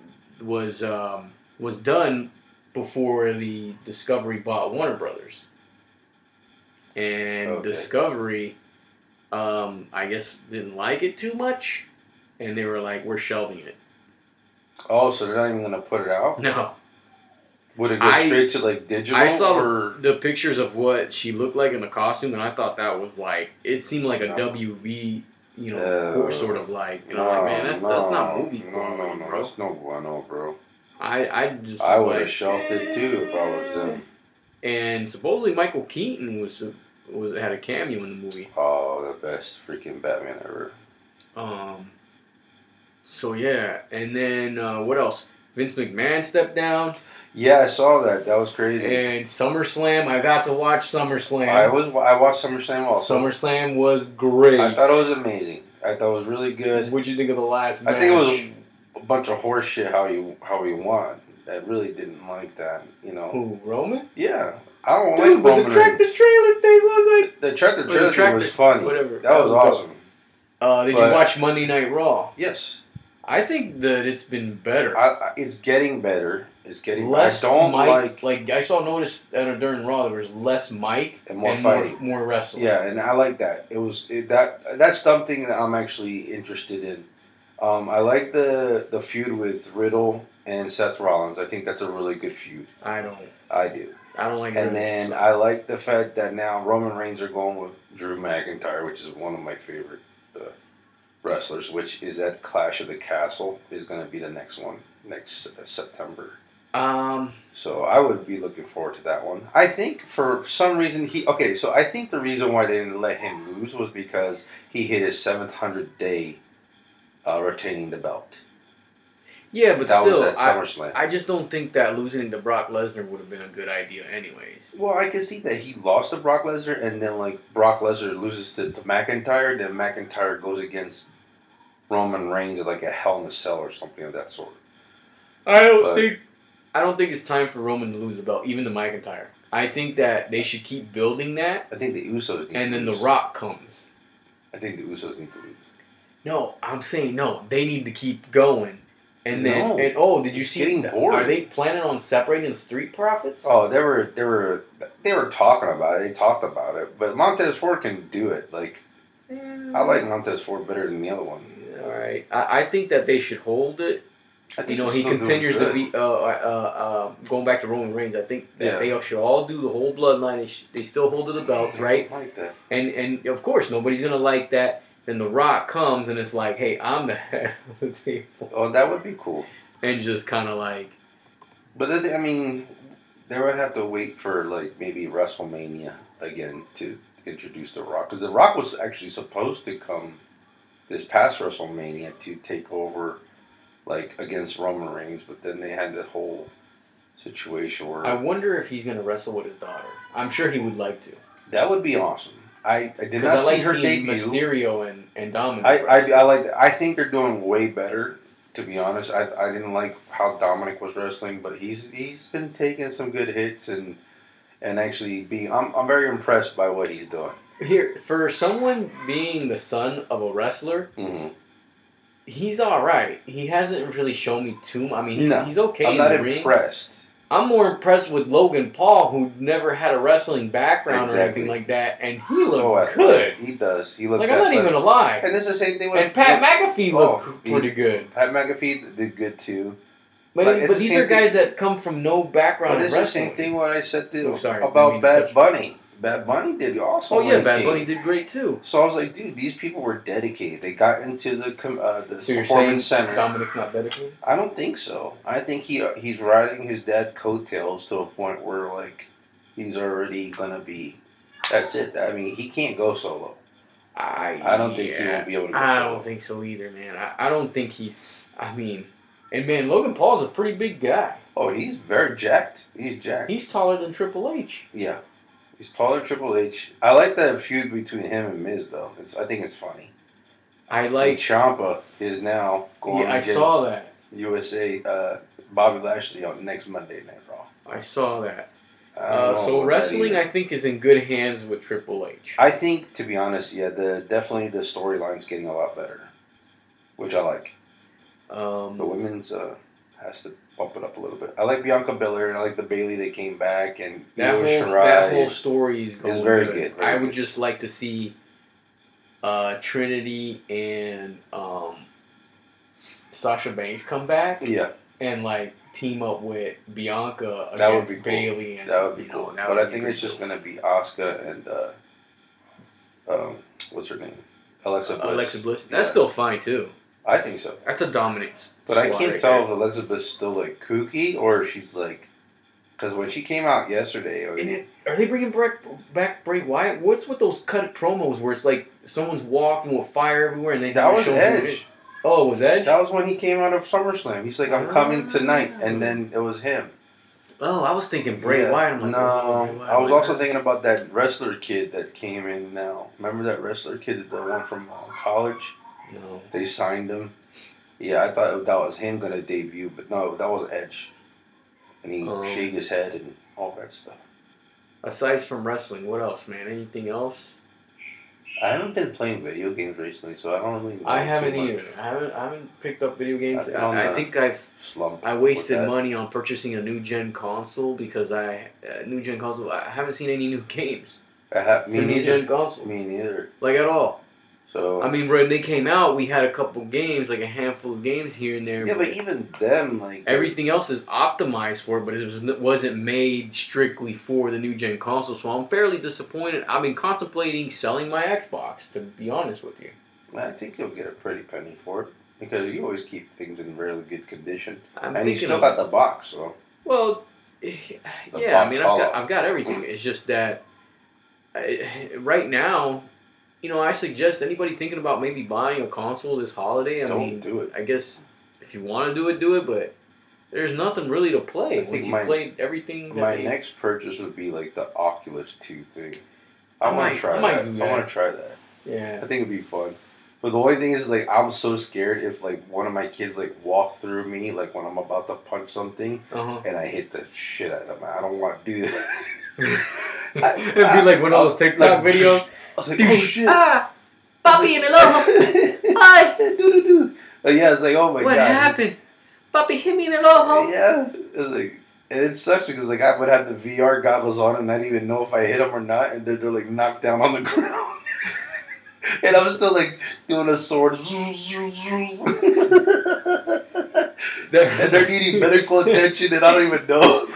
Speaker 1: was um, was done before the Discovery bought Warner Brothers and
Speaker 2: Okay.
Speaker 1: Discovery um, I guess didn't like it too much and they were like we're shelving it
Speaker 2: Oh, so they're not even gonna put it out?
Speaker 1: no
Speaker 2: Would it go
Speaker 1: I-
Speaker 2: straight to like digital?
Speaker 1: I saw
Speaker 2: or
Speaker 1: the pictures of what she looked like in the costume, and I thought that was like it seemed like a
Speaker 2: No.
Speaker 1: WB, you know,
Speaker 2: No.
Speaker 1: court sort of like. And I'm like, man, that, that's not movie
Speaker 2: No,
Speaker 1: quality,
Speaker 2: no, no,
Speaker 1: bro.
Speaker 2: that's no bueno, bro.
Speaker 1: I, I just
Speaker 2: I
Speaker 1: was
Speaker 2: would have
Speaker 1: like,
Speaker 2: shelved it too if I was them.
Speaker 1: And supposedly Michael Keaton was was had a cameo in the movie.
Speaker 2: Oh, the best freaking Batman ever.
Speaker 1: Um. So yeah, and then uh, what else? Vince McMahon stepped down,
Speaker 2: Yeah, I saw that. That was crazy.
Speaker 1: and SummerSlam. I got to watch SummerSlam.
Speaker 2: I was I watched SummerSlam also.
Speaker 1: SummerSlam was great.
Speaker 2: I thought it was amazing. I thought it was really good.
Speaker 1: What'd you think of the last match?
Speaker 2: I think it was a bunch of horse shit how you how he won. I really didn't like that. You know.
Speaker 1: Who, Roman?
Speaker 2: Yeah. I don't
Speaker 1: Dude,
Speaker 2: like
Speaker 1: but the
Speaker 2: Roman
Speaker 1: tractor
Speaker 2: Reigns.
Speaker 1: trailer thing was like.
Speaker 2: The tractor
Speaker 1: the
Speaker 2: trailer thing
Speaker 1: tractor-
Speaker 2: was funny.
Speaker 1: whatever.
Speaker 2: That was
Speaker 1: That was
Speaker 2: awesome.
Speaker 1: Uh, did you
Speaker 2: But-
Speaker 1: watch Monday Night Raw?
Speaker 2: Yes.
Speaker 1: I think that it's been better.
Speaker 2: I, I, it's getting better. It's getting.
Speaker 1: less
Speaker 2: I don't
Speaker 1: Mike,
Speaker 2: like,
Speaker 1: I saw notice that during Raw there was less Mike
Speaker 2: and more
Speaker 1: and
Speaker 2: fighting.
Speaker 1: more, more wrestling.
Speaker 2: yeah, and I like that. It was it, that. That's something that I'm actually interested in. Um, I like the the feud with Riddle and Seth Rollins. I think that's a really good feud.
Speaker 1: I don't.
Speaker 2: I do.
Speaker 1: I don't like.
Speaker 2: And
Speaker 1: Riddle,
Speaker 2: then
Speaker 1: so-
Speaker 2: I like the fact that now Roman Reigns are going with Drew McIntyre, which is one of my favorite uh, wrestlers. Which is that Clash of the Castle is going to be the next one next uh, September.
Speaker 1: um,
Speaker 2: So I would be looking forward to that one. I think for some reason he okay. So I think the reason why they didn't let him lose was because he hit his seventh hundred day uh, retaining the belt.
Speaker 1: Yeah, but
Speaker 2: that
Speaker 1: still,
Speaker 2: was at
Speaker 1: I,
Speaker 2: SummerSlam.
Speaker 1: I just don't think that losing to Brock Lesnar would have been a good idea, anyways.
Speaker 2: well, I can see that he lost to Brock Lesnar, and then like Brock Lesnar loses to, to McIntyre, then McIntyre goes against Roman Reigns at like a Hell in a Cell or something of that sort.
Speaker 1: I don't
Speaker 2: But-
Speaker 1: think I don't think it's time for Roman to lose the belt, even to McIntyre. I think that they should keep building that,
Speaker 2: I think the Usos need
Speaker 1: and
Speaker 2: to
Speaker 1: then The
Speaker 2: lose.
Speaker 1: Rock comes.
Speaker 2: I think the Usos need to lose.
Speaker 1: No, I'm saying no. They need to keep going, and then
Speaker 2: No.
Speaker 1: and oh, did you
Speaker 2: It's
Speaker 1: see?
Speaker 2: getting
Speaker 1: that-
Speaker 2: boring.
Speaker 1: Are they planning on separating the street profits?
Speaker 2: Oh, they were they were they were talking about it. They talked about it, but Montez Ford can do it. Like I
Speaker 1: Mm-hmm.
Speaker 2: like Montez Ford better than the other one.
Speaker 1: All right, I, I think that they should hold it.
Speaker 2: I think
Speaker 1: you know,
Speaker 2: he's
Speaker 1: he
Speaker 2: still doing
Speaker 1: continues to
Speaker 2: good.
Speaker 1: be uh, uh, uh, going back to Roman Reigns. I think that
Speaker 2: Yeah.
Speaker 1: they should all do the whole bloodline. They, sh- they still hold to the belts, right?
Speaker 2: I like that.
Speaker 1: And and of course, nobody's gonna like that. Then The Rock comes and it's like, hey, I'm the head of the table,
Speaker 2: Oh, that would be cool.
Speaker 1: and just kind of like,
Speaker 2: But then, I mean, they would have to wait for like maybe WrestleMania again to introduce The Rock because The Rock was actually supposed to come this past WrestleMania to take over like against Roman Reigns, but then they had the whole situation where
Speaker 1: I wonder if he's gonna wrestle with his daughter. I'm sure he would like to.
Speaker 2: that would be awesome. I, I did
Speaker 1: 'Cause
Speaker 2: not
Speaker 1: I like
Speaker 2: see her
Speaker 1: seeing
Speaker 2: debut.
Speaker 1: Mysterio and and Dominic.
Speaker 2: I, I,
Speaker 1: wrestle.
Speaker 2: I like. I think they're doing way better. To be honest, I, I didn't like how Dominic was wrestling, but he's he's been taking some good hits and and actually being. I'm, I'm very impressed by what he's doing.
Speaker 1: Here for someone being the son of a wrestler,
Speaker 2: Mm-hmm.
Speaker 1: he's all right. He hasn't really shown me too. mu- I mean, he-
Speaker 2: No,
Speaker 1: he's okay
Speaker 2: I'm
Speaker 1: in
Speaker 2: not
Speaker 1: the ring.
Speaker 2: impressed.
Speaker 1: I'm more impressed with Logan Paul, who never had a wrestling background or
Speaker 2: Exactly.
Speaker 1: anything like that, and he
Speaker 2: So
Speaker 1: looked
Speaker 2: athletic.
Speaker 1: good.
Speaker 2: He does. He looks
Speaker 1: Like I'm not even
Speaker 2: athletic.
Speaker 1: gonna lie.
Speaker 2: And this is the same thing with
Speaker 1: And Pat McAfee looked
Speaker 2: Oh, he-
Speaker 1: pretty good.
Speaker 2: Pat McAfee did good too.
Speaker 1: But,
Speaker 2: but it's
Speaker 1: but
Speaker 2: the
Speaker 1: these
Speaker 2: same
Speaker 1: are guys that come from no background
Speaker 2: But
Speaker 1: in
Speaker 2: it's the same
Speaker 1: wrestling.
Speaker 2: thing what I said to
Speaker 1: Oh, sorry, didn't mean
Speaker 2: about
Speaker 1: to
Speaker 2: Bad
Speaker 1: touch you.
Speaker 2: Bunny. Bad Bunny did awesome.
Speaker 1: Oh
Speaker 2: when
Speaker 1: yeah,
Speaker 2: he
Speaker 1: Bad
Speaker 2: came.
Speaker 1: Bunny did great too.
Speaker 2: So I was like, dude, these people were dedicated. They got into the com- uh, the
Speaker 1: So you're saying
Speaker 2: performance center.
Speaker 1: Dominic's not dedicated?
Speaker 2: I don't think so. I think he uh, he's riding his dad's coattails to a point where like he's already gonna be. That's it. I mean, he can't go solo.
Speaker 1: I
Speaker 2: I don't think he
Speaker 1: yeah.
Speaker 2: will be able to go
Speaker 1: I
Speaker 2: solo.
Speaker 1: don't think so either, man. I, I don't think he's. I mean, and man, Logan Paul's a pretty big guy.
Speaker 2: Oh, he's very jacked. He's jacked.
Speaker 1: He's taller than Triple H.
Speaker 2: yeah, he's taller. than Triple H. I like that feud between him and Miz though. It's I think it's funny.
Speaker 1: I
Speaker 2: Like
Speaker 1: like.
Speaker 2: Champa is now going
Speaker 1: Yeah, I
Speaker 2: against
Speaker 1: saw that.
Speaker 2: USA uh, Bobby Lashley on next Monday Night Raw.
Speaker 1: I saw that.
Speaker 2: I don't
Speaker 1: Uh,
Speaker 2: know
Speaker 1: so
Speaker 2: about that
Speaker 1: wrestling,
Speaker 2: either.
Speaker 1: I think, is in good hands with Triple H.
Speaker 2: I think, to be honest, yeah, the definitely the storyline's getting a lot better, which I like. The
Speaker 1: Um,
Speaker 2: women's uh, has to bump it up a little bit. I like Bianca Belair and I like the Bailey that came back and
Speaker 1: that whole
Speaker 2: Io
Speaker 1: that
Speaker 2: Shirai.
Speaker 1: whole story is going
Speaker 2: very good, very
Speaker 1: I would
Speaker 2: good.
Speaker 1: just like to see uh, Trinity and um, Sasha Banks come back
Speaker 2: yeah,
Speaker 1: and like team up with Bianca against
Speaker 2: That would be cool.
Speaker 1: Bailey. And
Speaker 2: that would be
Speaker 1: you know,
Speaker 2: cool.
Speaker 1: that
Speaker 2: But
Speaker 1: would
Speaker 2: I
Speaker 1: be
Speaker 2: think
Speaker 1: pretty
Speaker 2: it's just
Speaker 1: cool.
Speaker 2: gonna be Asuka and uh, um, what's her name, Alexa Bliss.
Speaker 1: Alexa Bliss. That's
Speaker 2: Yeah.
Speaker 1: still fine too.
Speaker 2: I think so,
Speaker 1: That's a dominant. s-
Speaker 2: but I
Speaker 1: squad
Speaker 2: can't
Speaker 1: right
Speaker 2: tell
Speaker 1: there.
Speaker 2: if Alexa Bliss is still like kooky or if she's like, because when she came out yesterday, I
Speaker 1: And
Speaker 2: mean,
Speaker 1: it, are they bringing back, back Bray Wyatt? What's with those cut promos where it's like someone's walking with fire everywhere and they
Speaker 2: that
Speaker 1: they
Speaker 2: was
Speaker 1: show who it
Speaker 2: Edge.
Speaker 1: is? Oh, it was Edge?
Speaker 2: That was when he came out of SummerSlam. He's like, I'm coming tonight, and then it was him.
Speaker 1: oh, I was thinking Bray
Speaker 2: Yeah.
Speaker 1: Wyatt. I'm like, oh, Bray
Speaker 2: no,
Speaker 1: Wyatt,
Speaker 2: I was
Speaker 1: Bray
Speaker 2: also
Speaker 1: Wyatt.
Speaker 2: thinking about that wrestler kid that came in now. Remember that wrestler kid, the one from uh, college?
Speaker 1: No.
Speaker 2: They signed him. Yeah, I thought that was him gonna debut, but no, that was Edge, and he
Speaker 1: Oh.
Speaker 2: shake his head and all that stuff.
Speaker 1: Aside from wrestling, what else, man? Anything else?
Speaker 2: I haven't been playing video games recently, so I don't really. Know
Speaker 1: I
Speaker 2: too
Speaker 1: haven't
Speaker 2: much.
Speaker 1: either. I haven't. I haven't picked up video games.
Speaker 2: I-
Speaker 1: I,
Speaker 2: on
Speaker 1: I,
Speaker 2: the-
Speaker 1: think I've.
Speaker 2: Slump.
Speaker 1: I
Speaker 2: with
Speaker 1: wasted
Speaker 2: that.
Speaker 1: money on purchasing a new gen console because I uh, new gen console. I haven't seen any new games
Speaker 2: I have
Speaker 1: for
Speaker 2: me
Speaker 1: new
Speaker 2: neither.
Speaker 1: gen console,
Speaker 2: Me Oh. neither.
Speaker 1: like at all.
Speaker 2: So
Speaker 1: I mean, when they came out, we had a couple games, like a handful of games here and there.
Speaker 2: yeah, but even them like they're-
Speaker 1: everything else is optimized for it, but it was, wasn't made strictly for the new gen console. So I'm fairly disappointed. I've been contemplating selling my Xbox, to be honest with you.
Speaker 2: I think you'll get a pretty penny for it because you always keep things in really good condition,
Speaker 1: I'm
Speaker 2: and you
Speaker 1: thinking,
Speaker 2: still
Speaker 1: of-
Speaker 2: got the box. So
Speaker 1: well, eh,
Speaker 2: The
Speaker 1: yeah. I
Speaker 2: box
Speaker 1: mean, I've
Speaker 2: hollow.
Speaker 1: got, I've got everything. It's just that I, right now, you know, I suggest anybody thinking about maybe buying a console this holiday. I
Speaker 2: don't
Speaker 1: mean,
Speaker 2: do it.
Speaker 1: I guess If you want to do it, do it. But there's nothing really to play.
Speaker 2: I
Speaker 1: Once
Speaker 2: think
Speaker 1: you
Speaker 2: my-
Speaker 1: played everything, that
Speaker 2: My
Speaker 1: they-
Speaker 2: next purchase would be like the Oculus Two thing. I,
Speaker 1: I
Speaker 2: want
Speaker 1: might-
Speaker 2: to try
Speaker 1: I might
Speaker 2: that.
Speaker 1: do
Speaker 2: I want
Speaker 1: that.
Speaker 2: to try that. I
Speaker 1: yeah,
Speaker 2: think it'd be fun. But the only thing is, like, I'm so scared if like one of my kids like walk through me, like when I'm about to punch something,
Speaker 1: uh
Speaker 2: and I hit the shit out of them. I don't want to do that.
Speaker 1: huh. It'd be like one of those TikTok
Speaker 2: like-
Speaker 1: videos.
Speaker 2: I was like, oh shit.
Speaker 1: Ah, Bobby and Aloha.
Speaker 2: Hi.
Speaker 1: Hi.
Speaker 2: Like, yeah, it's like, oh my
Speaker 1: what
Speaker 2: god.
Speaker 1: happened? Bobby hit me in Aloha.
Speaker 2: Yeah. It's like, and it sucks because like I would have the VR goggles on and not even know if I hit them or not, and they're, they're like knocked down on the ground. and I'm still like doing a sword. and they're needing medical attention, and I don't even know.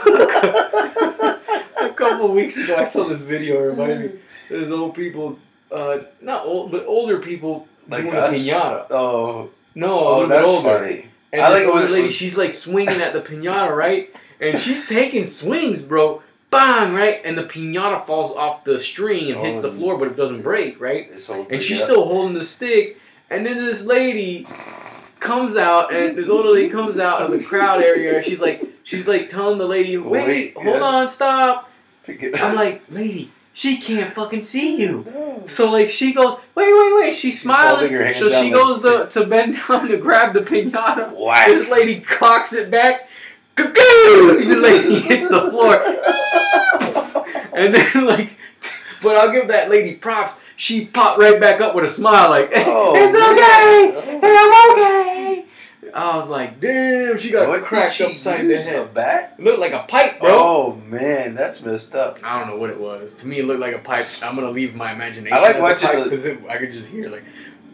Speaker 1: a couple weeks ago, I saw this video. It reminded me, there's old people, uh, not old, but older people
Speaker 2: Like
Speaker 1: doing
Speaker 2: us?
Speaker 1: a pinata.
Speaker 2: oh,
Speaker 1: No, a
Speaker 2: oh,
Speaker 1: little bit
Speaker 2: that's
Speaker 1: older.
Speaker 2: funny.
Speaker 1: And
Speaker 2: I
Speaker 1: this
Speaker 2: like it when
Speaker 1: older
Speaker 2: it
Speaker 1: lady,
Speaker 2: was-
Speaker 1: she's like swinging at the pinata, right? And she's taking swings, bro. Bang, right? And the pinata falls off the string and hits
Speaker 2: Oh,
Speaker 1: the floor, but it doesn't break, right?
Speaker 2: It's so
Speaker 1: And she's
Speaker 2: yeah.
Speaker 1: still holding the stick. And then this lady comes out, and this older lady comes out of the crowd area. And she's like, she's like telling the lady, wait,
Speaker 2: Wait,
Speaker 1: hold
Speaker 2: yeah.
Speaker 1: on, stop.
Speaker 2: Pick it
Speaker 1: I'm
Speaker 2: up.
Speaker 1: like, lady, she can't fucking see you.
Speaker 2: No.
Speaker 1: So like she goes, wait, wait, wait. She's smiling.
Speaker 2: holding her hands
Speaker 1: so she goes
Speaker 2: out
Speaker 1: to, to bend down to grab the pinata.
Speaker 2: Whack.
Speaker 1: This lady cocks it back. Ka-boom! The lady hits the floor, and then like, but I'll give that lady props. She popped right back up with a smile, like, it's okay,
Speaker 2: Oh, man.
Speaker 1: Hey, I'm okay. I was like, damn, she got
Speaker 2: What did
Speaker 1: cracked
Speaker 2: she
Speaker 1: upside the
Speaker 2: use? The
Speaker 1: head.
Speaker 2: back?
Speaker 1: Looked like a pipe, bro.
Speaker 2: Oh man, that's messed up.
Speaker 1: I don't know what it was. To me, it looked like a pipe. I'm gonna leave my imagination.
Speaker 2: I like watching the-
Speaker 1: because I could just hear like,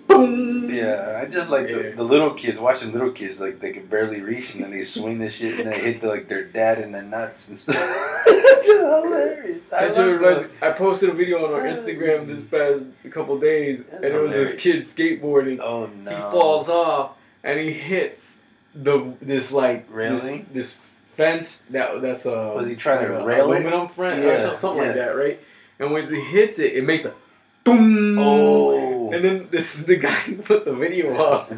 Speaker 1: boom.
Speaker 2: Yeah, I just like
Speaker 1: Yeah.
Speaker 2: the, the little kids watching little kids like they can barely reach and then they swing this shit and they hit the, like their dad in the nuts and stuff. It's just hilarious. I
Speaker 1: I, just
Speaker 2: love
Speaker 1: remember-
Speaker 2: that.
Speaker 1: I posted a video on our Instagram this past couple days,
Speaker 2: That's
Speaker 1: and it was this
Speaker 2: hilarious.
Speaker 1: kid skateboarding.
Speaker 2: Oh no.
Speaker 1: He falls off and he hits the this like
Speaker 2: Really?
Speaker 1: this, this fence that that's uh
Speaker 2: Was he trying to
Speaker 1: like a
Speaker 2: rail it?
Speaker 1: aluminum front or
Speaker 2: Yeah,
Speaker 1: something, something like
Speaker 2: yeah.
Speaker 1: that, right? And when he hits it, it makes a boom.
Speaker 2: Oh.
Speaker 1: And then this the guy who put the video up.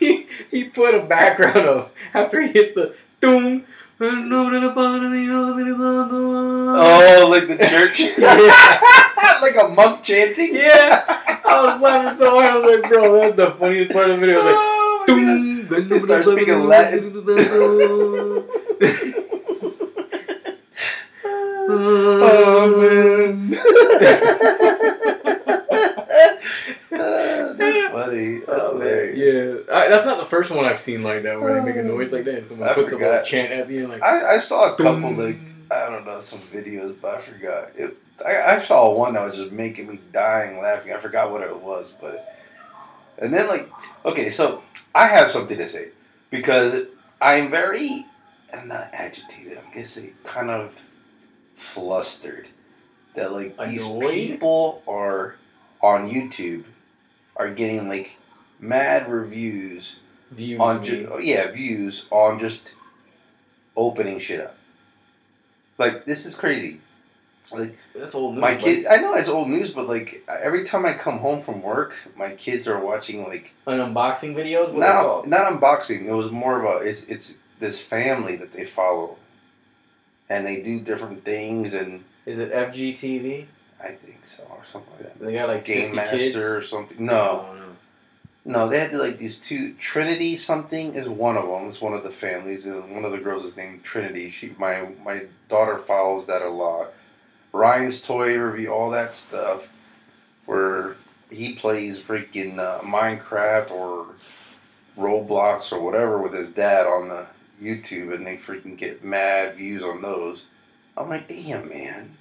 Speaker 1: he he put a background of after he hits the doom. Oh.
Speaker 2: Oh, like the church, like a monk chanting.
Speaker 1: Yeah, I was laughing so hard. I was like, bro, that's the funniest part of the video. I was like,
Speaker 2: oh my God.
Speaker 1: doom.
Speaker 2: He starts speaking Latin.
Speaker 1: Mm. oh, man.
Speaker 2: Ah, that's funny. That's
Speaker 1: Oh, man.
Speaker 2: hilarious.
Speaker 1: Yeah, I, that's not the first one I've seen like that where they make a noise like that and someone
Speaker 2: I
Speaker 1: puts up a little
Speaker 2: forgot.
Speaker 1: chant at the end like.
Speaker 2: I, I saw a couple
Speaker 1: "Doom."
Speaker 2: like I don't know some videos, but I forgot. It, I, I saw one that was just making me dying laughing. I forgot what it was, but and then like okay, so I have something to say because I'm very I'm not agitated. I'm gonna say kind of flustered that like these
Speaker 1: Annoyed?
Speaker 2: people are on YouTube are getting like mad reviews
Speaker 1: view
Speaker 2: on
Speaker 1: me.
Speaker 2: ju- oh, yeah views on just opening shit up. Like this is crazy. Like
Speaker 1: That's old news.
Speaker 2: my
Speaker 1: but
Speaker 2: kid, I know it's old news, but like every time I come home from work, my kids are watching like
Speaker 1: An unboxing videos. What they
Speaker 2: not
Speaker 1: called?
Speaker 2: not unboxing. It was more of a it's it's this family that they follow, and they do different things, and
Speaker 1: Is it FGTV?
Speaker 2: I think so or something like that.
Speaker 1: They got like 50
Speaker 2: Game Master
Speaker 1: kids?
Speaker 2: or something. No,
Speaker 1: I don't know.
Speaker 2: No, they had like these two. Trinity something is one of them. It's one of the families, and one of the girls is named Trinity. She, my my daughter follows that a lot. Ryan's toy review, all that stuff, where he plays freaking uh, Minecraft or Roblox or whatever with his dad on the YouTube, and they freaking get mad views on those. I'm like, damn man,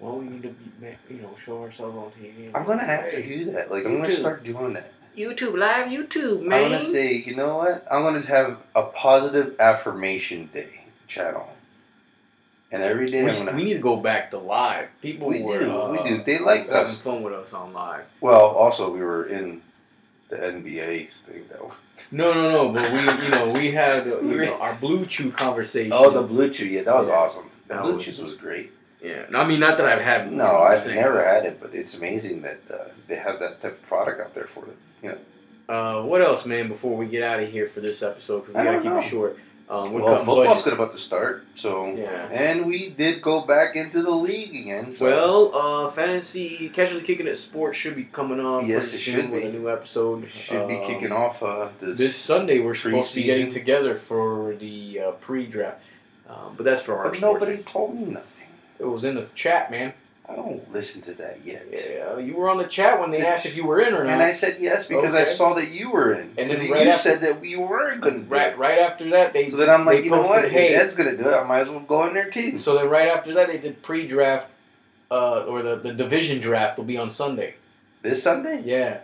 Speaker 1: Well, we need to be, ma- you know, show ourselves on TV.
Speaker 2: I'm gonna have to do that. Like, I'm
Speaker 1: Me
Speaker 2: gonna
Speaker 1: too.
Speaker 2: start doing that.
Speaker 1: YouTube live, YouTube,
Speaker 2: I'm gonna say, you know what? I'm gonna have a positive affirmation day channel, and every day
Speaker 1: we,
Speaker 2: I'm gonna.
Speaker 1: we need to go back to live. People
Speaker 2: We
Speaker 1: were,
Speaker 2: do, we
Speaker 1: uh,
Speaker 2: do. They like
Speaker 1: having
Speaker 2: us.
Speaker 1: fun with us on live.
Speaker 2: well, also we were in the NBA thing though.
Speaker 1: No, no, no. But we, you know, we had uh, you know, our Blue Chew conversation.
Speaker 2: Oh, the Blue Chew, yeah, that was
Speaker 1: Yeah.
Speaker 2: awesome. The
Speaker 1: That
Speaker 2: Blue
Speaker 1: was-
Speaker 2: Chews was great.
Speaker 1: yeah. No, I mean, not that I've had.
Speaker 2: No, I've
Speaker 1: Saying.
Speaker 2: never had it, but it's amazing that uh, they have that type of product out there for them.
Speaker 1: Uh, what else, man? Before we get out of here for this episode, because we
Speaker 2: I
Speaker 1: gotta
Speaker 2: don't
Speaker 1: keep
Speaker 2: know.
Speaker 1: it short. Um, we're
Speaker 2: Well,
Speaker 1: cutting
Speaker 2: football's
Speaker 1: budget.
Speaker 2: good about to start, so
Speaker 1: Yeah.
Speaker 2: and we did go back into the league again. So
Speaker 1: Well, uh, fantasy casually kicking it sports should be coming on.
Speaker 2: Yes,
Speaker 1: pretty
Speaker 2: it
Speaker 1: soon
Speaker 2: should
Speaker 1: with
Speaker 2: be.
Speaker 1: a new episode.
Speaker 2: should be
Speaker 1: Um,
Speaker 2: kicking off uh, this.
Speaker 1: this Sunday. We're supposed to be getting
Speaker 2: preseason.
Speaker 1: together for the uh, pre-draft, um, but that's for our.
Speaker 2: but
Speaker 1: sports
Speaker 2: nobody
Speaker 1: fans.
Speaker 2: told me nothing.
Speaker 1: It was in the chat, man.
Speaker 2: I don't listen to that yet.
Speaker 1: Yeah, you were on the chat when they
Speaker 2: It's-
Speaker 1: asked if you were in or not.
Speaker 2: And I said yes because I
Speaker 1: Okay.
Speaker 2: saw that you were in.
Speaker 1: And
Speaker 2: Because
Speaker 1: then
Speaker 2: you
Speaker 1: right after-
Speaker 2: said that we were going to do
Speaker 1: right, right after that, they
Speaker 2: it. So then I'm like,
Speaker 1: they
Speaker 2: you know
Speaker 1: posted,
Speaker 2: what?
Speaker 1: Hey,
Speaker 2: If Ed's going to do it, I might as well go in there too.
Speaker 1: So then, right after that, they did pre-draft, uh, or the, the division draft will be on Sunday.
Speaker 2: This Sunday?
Speaker 1: Yeah.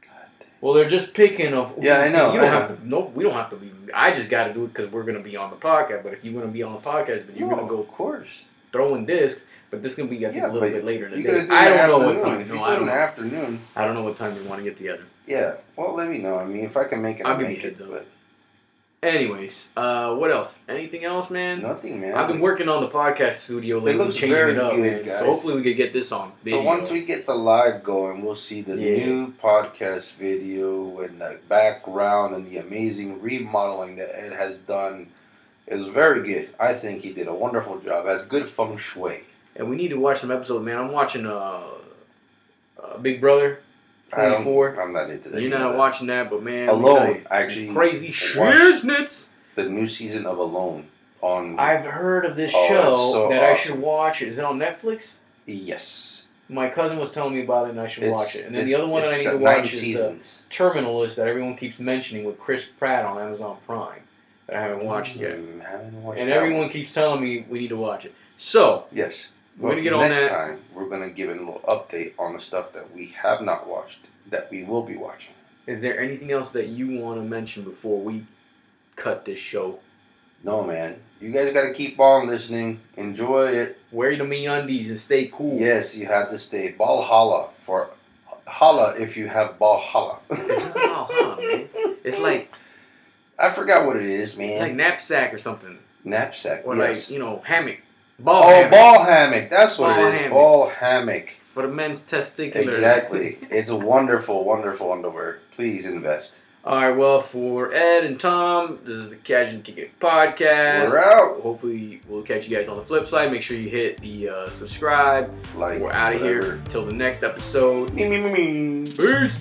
Speaker 2: God damn.
Speaker 1: Well, they're just picking of.
Speaker 2: Yeah, I know,
Speaker 1: You don't
Speaker 2: I
Speaker 1: have to. Nope, we don't have to be. I just got to do it because we're gonna be on the podcast. But if you're gonna be on the podcast, but you're
Speaker 2: No,
Speaker 1: gonna go
Speaker 2: of course.
Speaker 1: throwing discs. But this is gonna be I think,
Speaker 2: Yeah,
Speaker 1: a little
Speaker 2: but
Speaker 1: bit later. in the
Speaker 2: You got to
Speaker 1: day.
Speaker 2: do it in
Speaker 1: I
Speaker 2: the
Speaker 1: don't know
Speaker 2: afternoon.
Speaker 1: what time.
Speaker 2: If you
Speaker 1: No,
Speaker 2: do
Speaker 1: I
Speaker 2: it in
Speaker 1: don't
Speaker 2: the
Speaker 1: know.
Speaker 2: afternoon,
Speaker 1: I don't know what time we want to get together.
Speaker 2: yeah. Well, let me know. I mean, if I can make it,
Speaker 1: I'll
Speaker 2: I'll
Speaker 1: give you
Speaker 2: make
Speaker 1: a
Speaker 2: it.
Speaker 1: heads
Speaker 2: But
Speaker 1: Anyways, uh, what else? Anything else, man?
Speaker 2: nothing, man.
Speaker 1: I've been working on the podcast studio lately,
Speaker 2: looks
Speaker 1: changing
Speaker 2: very
Speaker 1: it up,
Speaker 2: good,
Speaker 1: man.
Speaker 2: guys.
Speaker 1: So hopefully we can get this on.
Speaker 2: So
Speaker 1: video.
Speaker 2: once we get the live going, we'll see the
Speaker 1: Yeah.
Speaker 2: new podcast video and the background and the amazing remodeling that Ed has done. is very good. I think he did a wonderful job. Has good feng shui.
Speaker 1: and we need to watch some episodes, man. I'm watching uh, uh Big Brother
Speaker 2: I don't-
Speaker 1: 24.
Speaker 2: I'm not into that.
Speaker 1: You're
Speaker 2: You know
Speaker 1: not
Speaker 2: that.
Speaker 1: watching that, but man,
Speaker 2: Alone,
Speaker 1: let me tell you,
Speaker 2: actually,
Speaker 1: some crazy
Speaker 2: watched-
Speaker 1: shiznits.
Speaker 2: the new season of Alone on
Speaker 1: I've heard of this
Speaker 2: Oh,
Speaker 1: show
Speaker 2: that's so
Speaker 1: that I should
Speaker 2: awesome.
Speaker 1: watch. Is it on Netflix?
Speaker 2: yes.
Speaker 1: My cousin was telling me about it, and I should
Speaker 2: It's-
Speaker 1: watch it. And then
Speaker 2: it's-
Speaker 1: the other one that
Speaker 2: it's
Speaker 1: I need
Speaker 2: got
Speaker 1: to watch
Speaker 2: nine
Speaker 1: is the
Speaker 2: seasons.
Speaker 1: Terminalist that everyone keeps mentioning with Chris Pratt on Amazon Prime that I haven't watched yet.
Speaker 2: Mm, haven't watched
Speaker 1: And
Speaker 2: that
Speaker 1: everyone
Speaker 2: one.
Speaker 1: keeps telling me we need to watch it. So
Speaker 2: Yes.
Speaker 1: We're gonna
Speaker 2: Well,
Speaker 1: get on
Speaker 2: next
Speaker 1: that.
Speaker 2: time. We're gonna give a little update on the stuff that we have not watched that we will be watching.
Speaker 1: Is there anything else that you want to mention before we cut this show?
Speaker 2: No, man. You guys got to keep on listening. Enjoy it.
Speaker 1: Wear the me undies and stay cool.
Speaker 2: Yes, you have to stay. Balhalla for holla if you have Balhalla.
Speaker 1: It's not Valhalla, man. It's like
Speaker 2: I forgot what it is, man.
Speaker 1: like knapsack or something,
Speaker 2: Knapsack.
Speaker 1: or like
Speaker 2: yes.
Speaker 1: you know hammock, ball
Speaker 2: oh,
Speaker 1: hammock
Speaker 2: ball hammock. That's what
Speaker 1: Ball
Speaker 2: it is.
Speaker 1: hammock.
Speaker 2: Ball hammock.
Speaker 1: for the men's testiculars.
Speaker 2: Exactly. it's a wonderful, wonderful underwear. Please invest.
Speaker 1: All right. Well, for Ed and Tom, this is the Catch and Kick It podcast.
Speaker 2: We're out.
Speaker 1: Hopefully, we'll catch you guys on the flip side. Make sure you hit the uh, subscribe.
Speaker 2: Like
Speaker 1: We're out of
Speaker 2: whatever.
Speaker 1: here till the next episode.
Speaker 2: Me me me me.
Speaker 1: Peace.